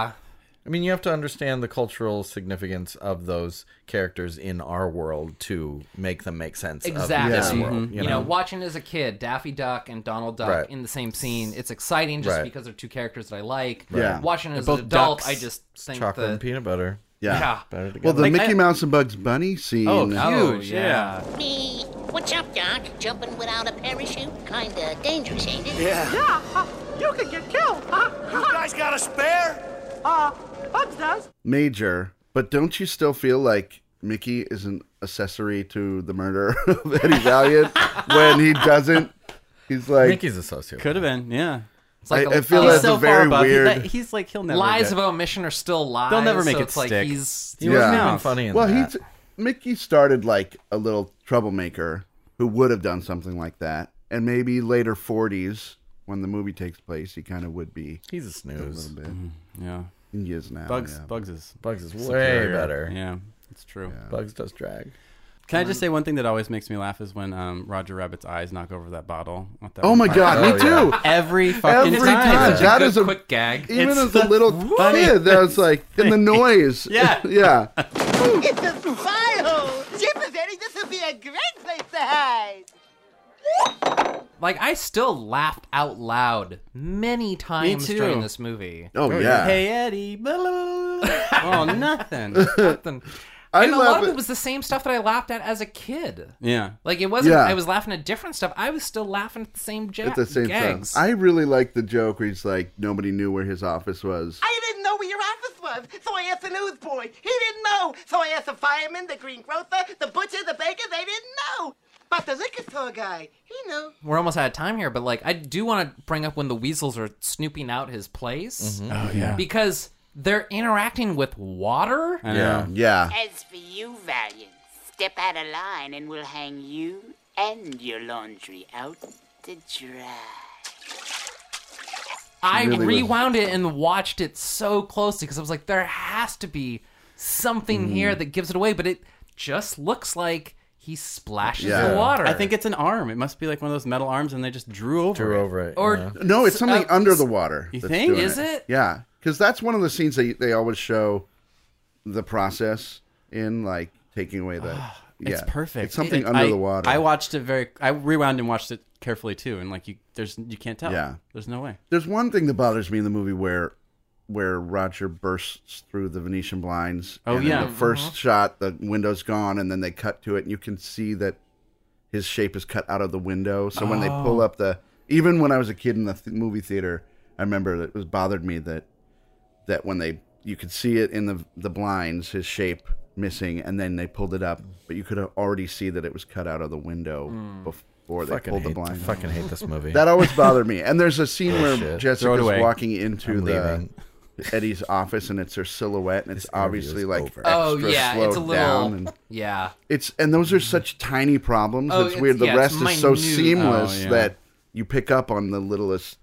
I mean, you have to understand the cultural significance of those characters in our world to make them make sense. Exactly. Mm-hmm. Of this world, You, know? watching as a kid Daffy Duck and Donald Duck Right. in the same scene, it's exciting just Right. because they're two characters that I like. Right. Yeah. Watching They're as both an adult, ducks, I just think chocolate that and peanut butter. Yeah. Yeah. Better Well, together. the Like, Mickey I- Mouse and Bugs Bunny scene. Oh, Oh, huge, yeah. Me. What's up, Doc? Jumping without a parachute? Kinda dangerous, ain't it? Yeah. Yeah, huh, you could get killed, huh? You guys got a spare? Uh, Bugs does. Major, but don't you still feel like Mickey is an accessory to the murder of Eddie Valiant when he doesn't? He's like Mickey's a sociopath. Could have been. Yeah. It's like I- a- I feel he's that's so far a very above- he- weird. that- he's like he'll never lies get- of omission are still lies. They'll never make so it it's like stick. He's He wasn't even funny in well, that. he's Mickey started like a little troublemaker who would have done something like that, and maybe later forties when the movie takes place, he kind of would be. He's a snooze. a little bit. Yeah. He is now. Bugs Oh, yeah. Bugs is Bugs is way superior. better. Yeah. It's true. Bugs does drag. Can I just say one thing that always makes me laugh is when um, Roger Rabbit's eyes knock over that bottle. What the- Oh my God, me too. Every fucking Every time. time. It's a That good is a- quick gag. Even It's as a the little funny- kid, that was like in the noise. Yeah. yeah. Oh, It's a fire hole. Sympathetic, this will be a great place to hide. Like I still laughed out loud many times too. during this movie. Oh, yeah. Hey Eddie. Blah, blah, blah, blah. oh nothing. nothing. I and a laugh lot of at- it was the same stuff that I laughed at as a kid. Yeah. Like it wasn't. Yeah. I was laughing at different stuff. I was still laughing at the same ja- At the same gags. time, I really like the joke where he's like, nobody knew where his office was. I didn't know where your office was, so I asked the newsboy. He didn't know, so I asked the fireman, the greengrocer, the butcher, the baker. They didn't know. But the liquor store guy, he knew. We're almost out of time here, but like I do want to bring up when the weasels are snooping out his place. Mm-hmm. Mhm. Oh, yeah. because they're interacting with water. I know. Yeah. As for you, Valiant, step out of line and we'll hang you and your laundry out to dry. I Really was- rewound it and watched it so closely because I was like, there has to be something Mm-hmm. here that gives it away, but it just looks like he splashes the water. I think it's an arm. It must be like one of those metal arms, and they just drew over Drew it. over it, Or- yeah. No, it's S- something uh, under the water. you that's think? doing Is it? Yeah, because that's one of the scenes they they always show the process in, like taking away the. yeah. Ah, It's perfect. It's something It- under I- the water. I watched it very. I rewound and watched it carefully too, and like you, there's you can't tell. Yeah. there's no way. There's one thing that bothers me in the movie where where Roger bursts through the Venetian blinds. Oh, and in yeah. the 1st Mhm. shot, the window's gone, and then they cut to it, and you can see that his shape is cut out of the window. So when they Oh. pull up the, even when I was a kid in the th- movie theater, I remember it was bothered me that that when they you could see it in the the blinds, his shape missing, and then they pulled it up, but you could already see that it was cut out of the window Mm. before they Fucking pulled the hate- blind. fucking hate this movie. That always bothered me. And there's a scene where Bullshit. Oh, Throw it Jessica's away. walking into I'm the leaving. Eddie's office, and it's her silhouette, and it's obviously like extra Oh, yeah, it's a slowed little- down and- yeah. It's and those are such tiny problems. Oh, it's it's- weird. The yeah, it's rest is so minute. seamless Oh, yeah. that you pick up on the littlest,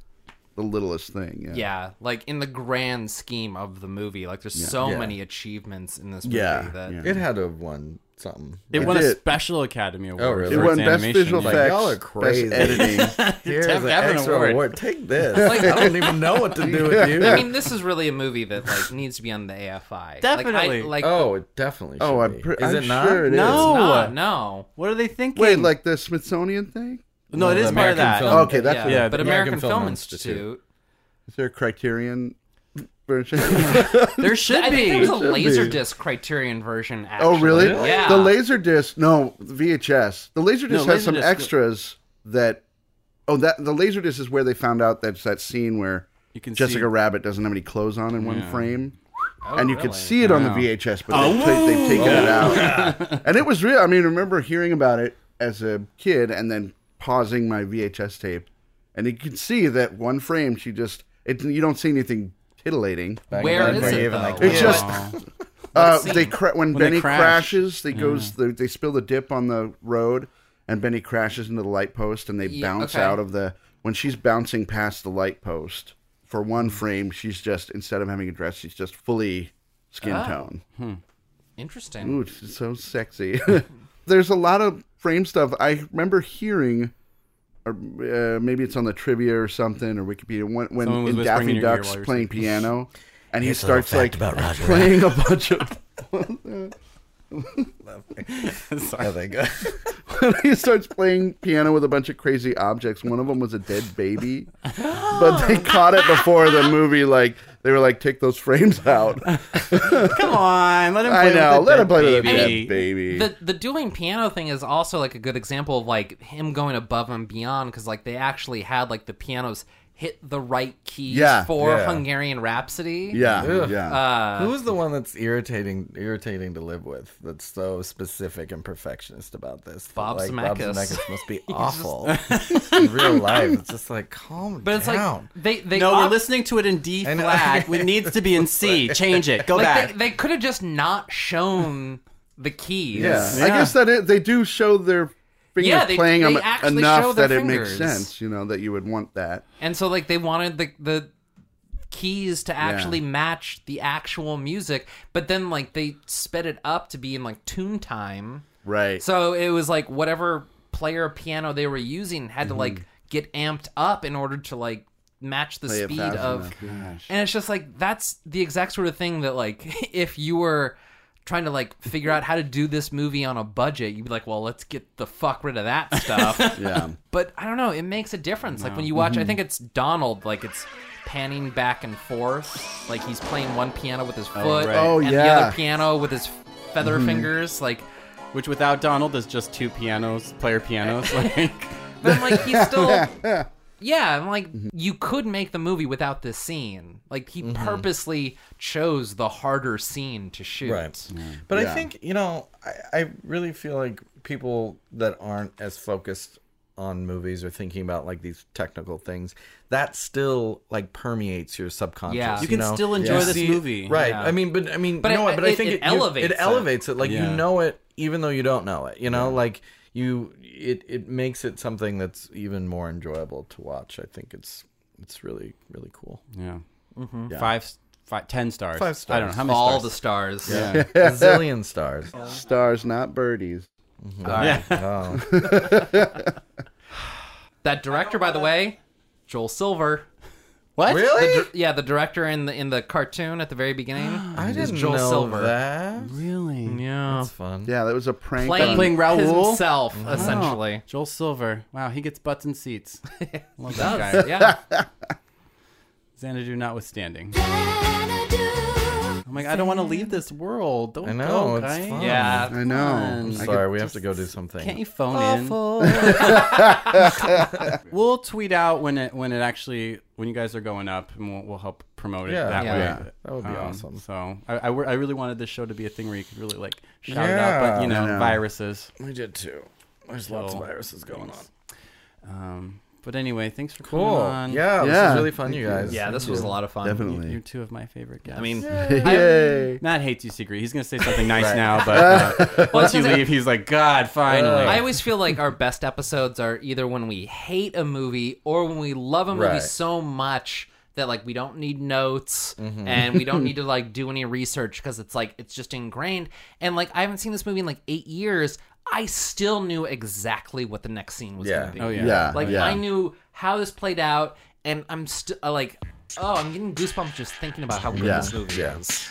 the littlest thing. Yeah. Yeah, like in the grand scheme of the movie, like there's Yeah. so Yeah. many achievements in this movie that it had a one something. It won a special Academy Award. Oh, for really? It its won Best animation. Visual Like, Effects, y'all are Best crazy. Editing. Here's an extra award. Take this. Like, I don't even know what to do with you. I mean, this is really a movie that like needs to be on the AFI. Definitely. Like, I, like oh, it definitely. Oh, should I'm be. pre- is I'm it not? sure it is. No. it's not, no. What are they thinking? Wait, like the Smithsonian thing? No, it is part of that. Okay, that's yeah. what- but American, Film, Institute. Is there a Criterion version? there should I think be. there was a Should be. Laserdisc Criterion version. Actually. Oh, really? Yeah. The laser disc? No, VHS. The laser No, disc has some Laserdisc- extras that. Oh, that the laser disc is where they found out that's that scene where can Jessica see- Rabbit doesn't have any clothes on in one Yeah. frame. Oh, and you could really? see it on Wow. the VHS, but Oh, they've, ta- they've taken it whoa. out. and it was real. I mean, I remember hearing about it as a kid and then pausing my VHS tape, and you could see that one frame. She just it, you don't see anything titillating. Back Where then, is where it, you even, like, though? it's just Wow. uh, What scene? they cra- when, When they Benny crash. crashes, they goes they, they spill the dip on the road, and Benny crashes into the light post, and they Yeah, bounce okay. out of the when she's bouncing past the light post for Mm. one frame. She's just instead of having a dress, she's just fully skin Ah. Oh. tone. Interesting. Ooh, she's so sexy. There's a lot of frame stuff. I remember hearing, or uh, maybe it's on the trivia or something or Wikipedia. When, when Someone was in whispering in Daffy your ear Duck's while you were playing sleeping. piano, and he Here's a little starts fact like about Roger playing a Rabbit. bunch of. Sorry. There they go. he starts playing piano with a bunch of crazy objects. One of them was a dead baby, but they caught it before the movie. Like they were like, take those frames out. Come on, let him. Play I know. With Let the him play with baby. the dead baby. The the dueling piano thing is also like a good example of like him going above and beyond because like they actually had like the pianos hit the right keys Yeah, for yeah. Hungarian Rhapsody. Ugh. Uh, Who's the one that's irritating, irritating to live with? That's so specific and perfectionist about this. Bob like, Zemeckis. Bob Zemeckis must be He's awful. just- In real life, it's just like calm But it's down. like they they no, op- we're listening to it in D I know. flat. it needs to be in C. Change it. Go like, back. They, they could have just not shown the keys. yeah. I guess that it, they do show their fingers Yeah, they- playing they em- actually show enough their that it makes fingers. sense. You know that you would want that. And so like they wanted the the keys to actually match the actual music, but then like they sped it up to be in like tune time. Right. So it was like whatever player piano they were using had to like get amped up in order to like match the Mm-hmm. Play it speed fast of enough. Gosh. and it's just like that's the exact sort of thing that like if you were trying to like figure out how to do this movie on a budget, you'd be like, well, let's get the fuck rid of that stuff. Yeah. But I don't know, it makes a difference. Like when you watch, Mm-hmm. I Mhm. think it's Donald. Like it's panning back and forth. Like he's playing one piano with his foot, right. Oh, and the yeah. other piano with his feather Mhm. fingers. Like Which without Donald is just two pianos, player pianos. Like, but I'm like he's still yeah. I'm like Mm-hmm. you could make the movie without this scene. Like he purposely chose the harder scene to shoot. Right. Mm. But I think, you know, I, I really feel like people that aren't as focused on movies or thinking about like these technical things, that still like permeates your subconscious. Yeah. You can know? still enjoy this movie. Right. Yeah. I mean, but I mean, But but no, it- but I it- think it you- elevates it it. elevates it. Like Yeah. you know it even though you don't know it, you know, like you, it, it makes it something that's even more enjoyable to watch. I think it's, it's really, really cool. yeah. Mhm. Yeah. Five, five, ten stars. Five I don't know how many. All stars? the stars. Yeah. A zillion stars. Oh, Stars, not birdies. Sorry. Yeah. That director, by the way, Joel Silver. What? Really? The dir- yeah, the director in the in the cartoon at the very beginning. I didn't Joel know Silver. that. Really? Yeah. That's fun. Yeah, that was a prank. Playing, on- playing Raoul himself, Wow. essentially. Joel Silver. Wow, he gets butts and seats. Love He that does, guy. yeah. Xanadu notwithstanding. I'm like, I don't want to leave this world. Don't I know. Go, it's guys. fun. Yeah. I know. I'm I sorry, could we have to go do something. Can't you phone Awful. in? we'll tweet out when it when it actually when you guys are going up, and we'll, we'll help promote it Yeah. that Yeah. way. Um, Yeah. That would be awesome. So I, I, wor- I really wanted this show to be a thing where you could really like shout it out, Yeah. but you know, I know. viruses. We did too. There's lots of viruses going on. Um, but anyway, thanks for Cool. coming on. Yeah, this was Yeah. really fun, Thank you you. guys. Yeah, Thank this was you. a lot of fun. Definitely. You, you're two of my favorite guests. I mean- I, Yay. Matt hates you, secret. He's gonna say something nice Right. now, but uh, Well, once you that's- leave, he's like, God, finally. Uh, I always feel like our best episodes are either when we hate a movie or when we love a movie Right. so much that like we don't need notes Mm-hmm. and we don't need to like do any research because it's like it's just ingrained. And like I haven't seen this movie in like eight years. I still knew exactly what the next scene was Yeah. going to be. Oh, yeah. Yeah, Like yeah. I knew how this played out, and I'm still like, oh, I'm getting goosebumps just thinking about how good Yeah. this movie Yeah. is.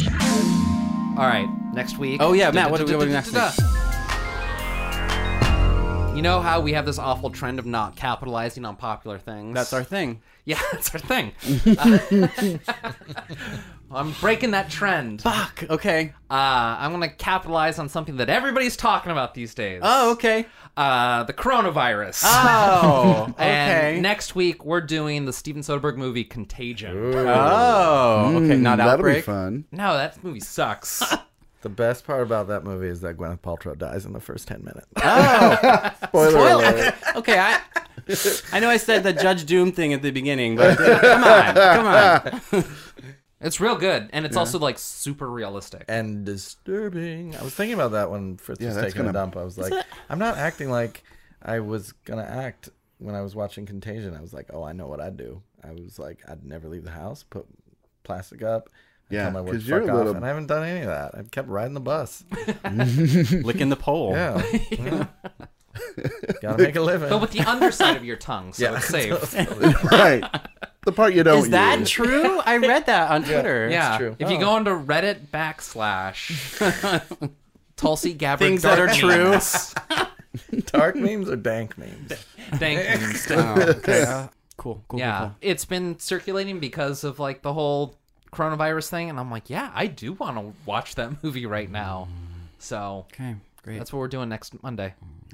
All right, next week. Oh, yeah, Matt, what are we doing next Da-da-da-da-da-da. You know how we have this awful trend of not capitalizing on popular things? That's our thing. Yeah, that's our thing. Uh, I'm breaking that trend. Fuck. Okay. Uh, I'm gonna capitalize on something that everybody's talking about these days. Oh, okay. Uh, the coronavirus. Oh, okay. And next week we're doing the Steven Soderbergh movie Contagion. Oh, okay. Hmm, Not that'll be outbreak. fun. No, that movie sucks. The best part about that movie is that Gwyneth Paltrow dies in the first 10 minutes. Oh, Spoiler alert. okay, I I know I said the Judge Doom thing at the beginning, but uh, come on, come on. it's real good, and it's Yeah. also like super realistic. and disturbing. I was thinking about that when Fritz Yeah, was that's taking a gonna- dump. I was like, I'm not acting like I was gonna act when I was watching Contagion. I was like, oh, I know what I'd do. I was like, I'd never leave the house, put plastic up. I'd Yeah, tell my work 'cause you're fuck a off, little- and I haven't done any of that. I've kept riding the bus, Licking the pole. Yeah, yeah. gotta make a living. But with the underside of your tongue, so Yeah. it's safe. right. The part you don't Is that use. true? I read that on Twitter. it's Yeah. true. Oh. If you go into Reddit backslash Tulsi Gabbard Things that dark are true. memes. Dark memes or dank memes? Dank memes. Oh, okay. Uh, cool, cool, yeah, cool, cool. it's been circulating because of like the whole coronavirus thing, and I'm like, yeah, I do want to watch that movie right now. So okay, great. That's what we're doing next Monday.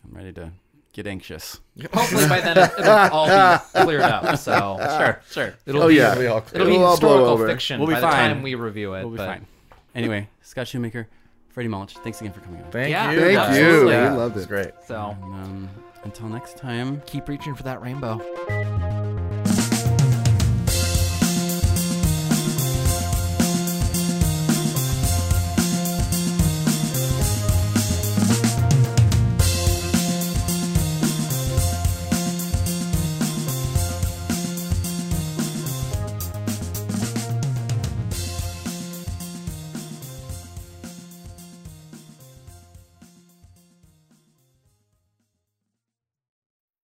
I'm ready to get anxious. Hopefully by then it- it'll all be cleared up. So sure, sure. it'll be, Oh, it'll be historical fiction We'll be by fine. the time we review it. We'll be but- fine. Anyway, Scott Shoemaker, Freddie Mulch, thanks again for coming on. Thank Yeah, you. Thank guys. you. We Yeah, loved was it. Great. So And, um, until next time, keep reaching for that rainbow.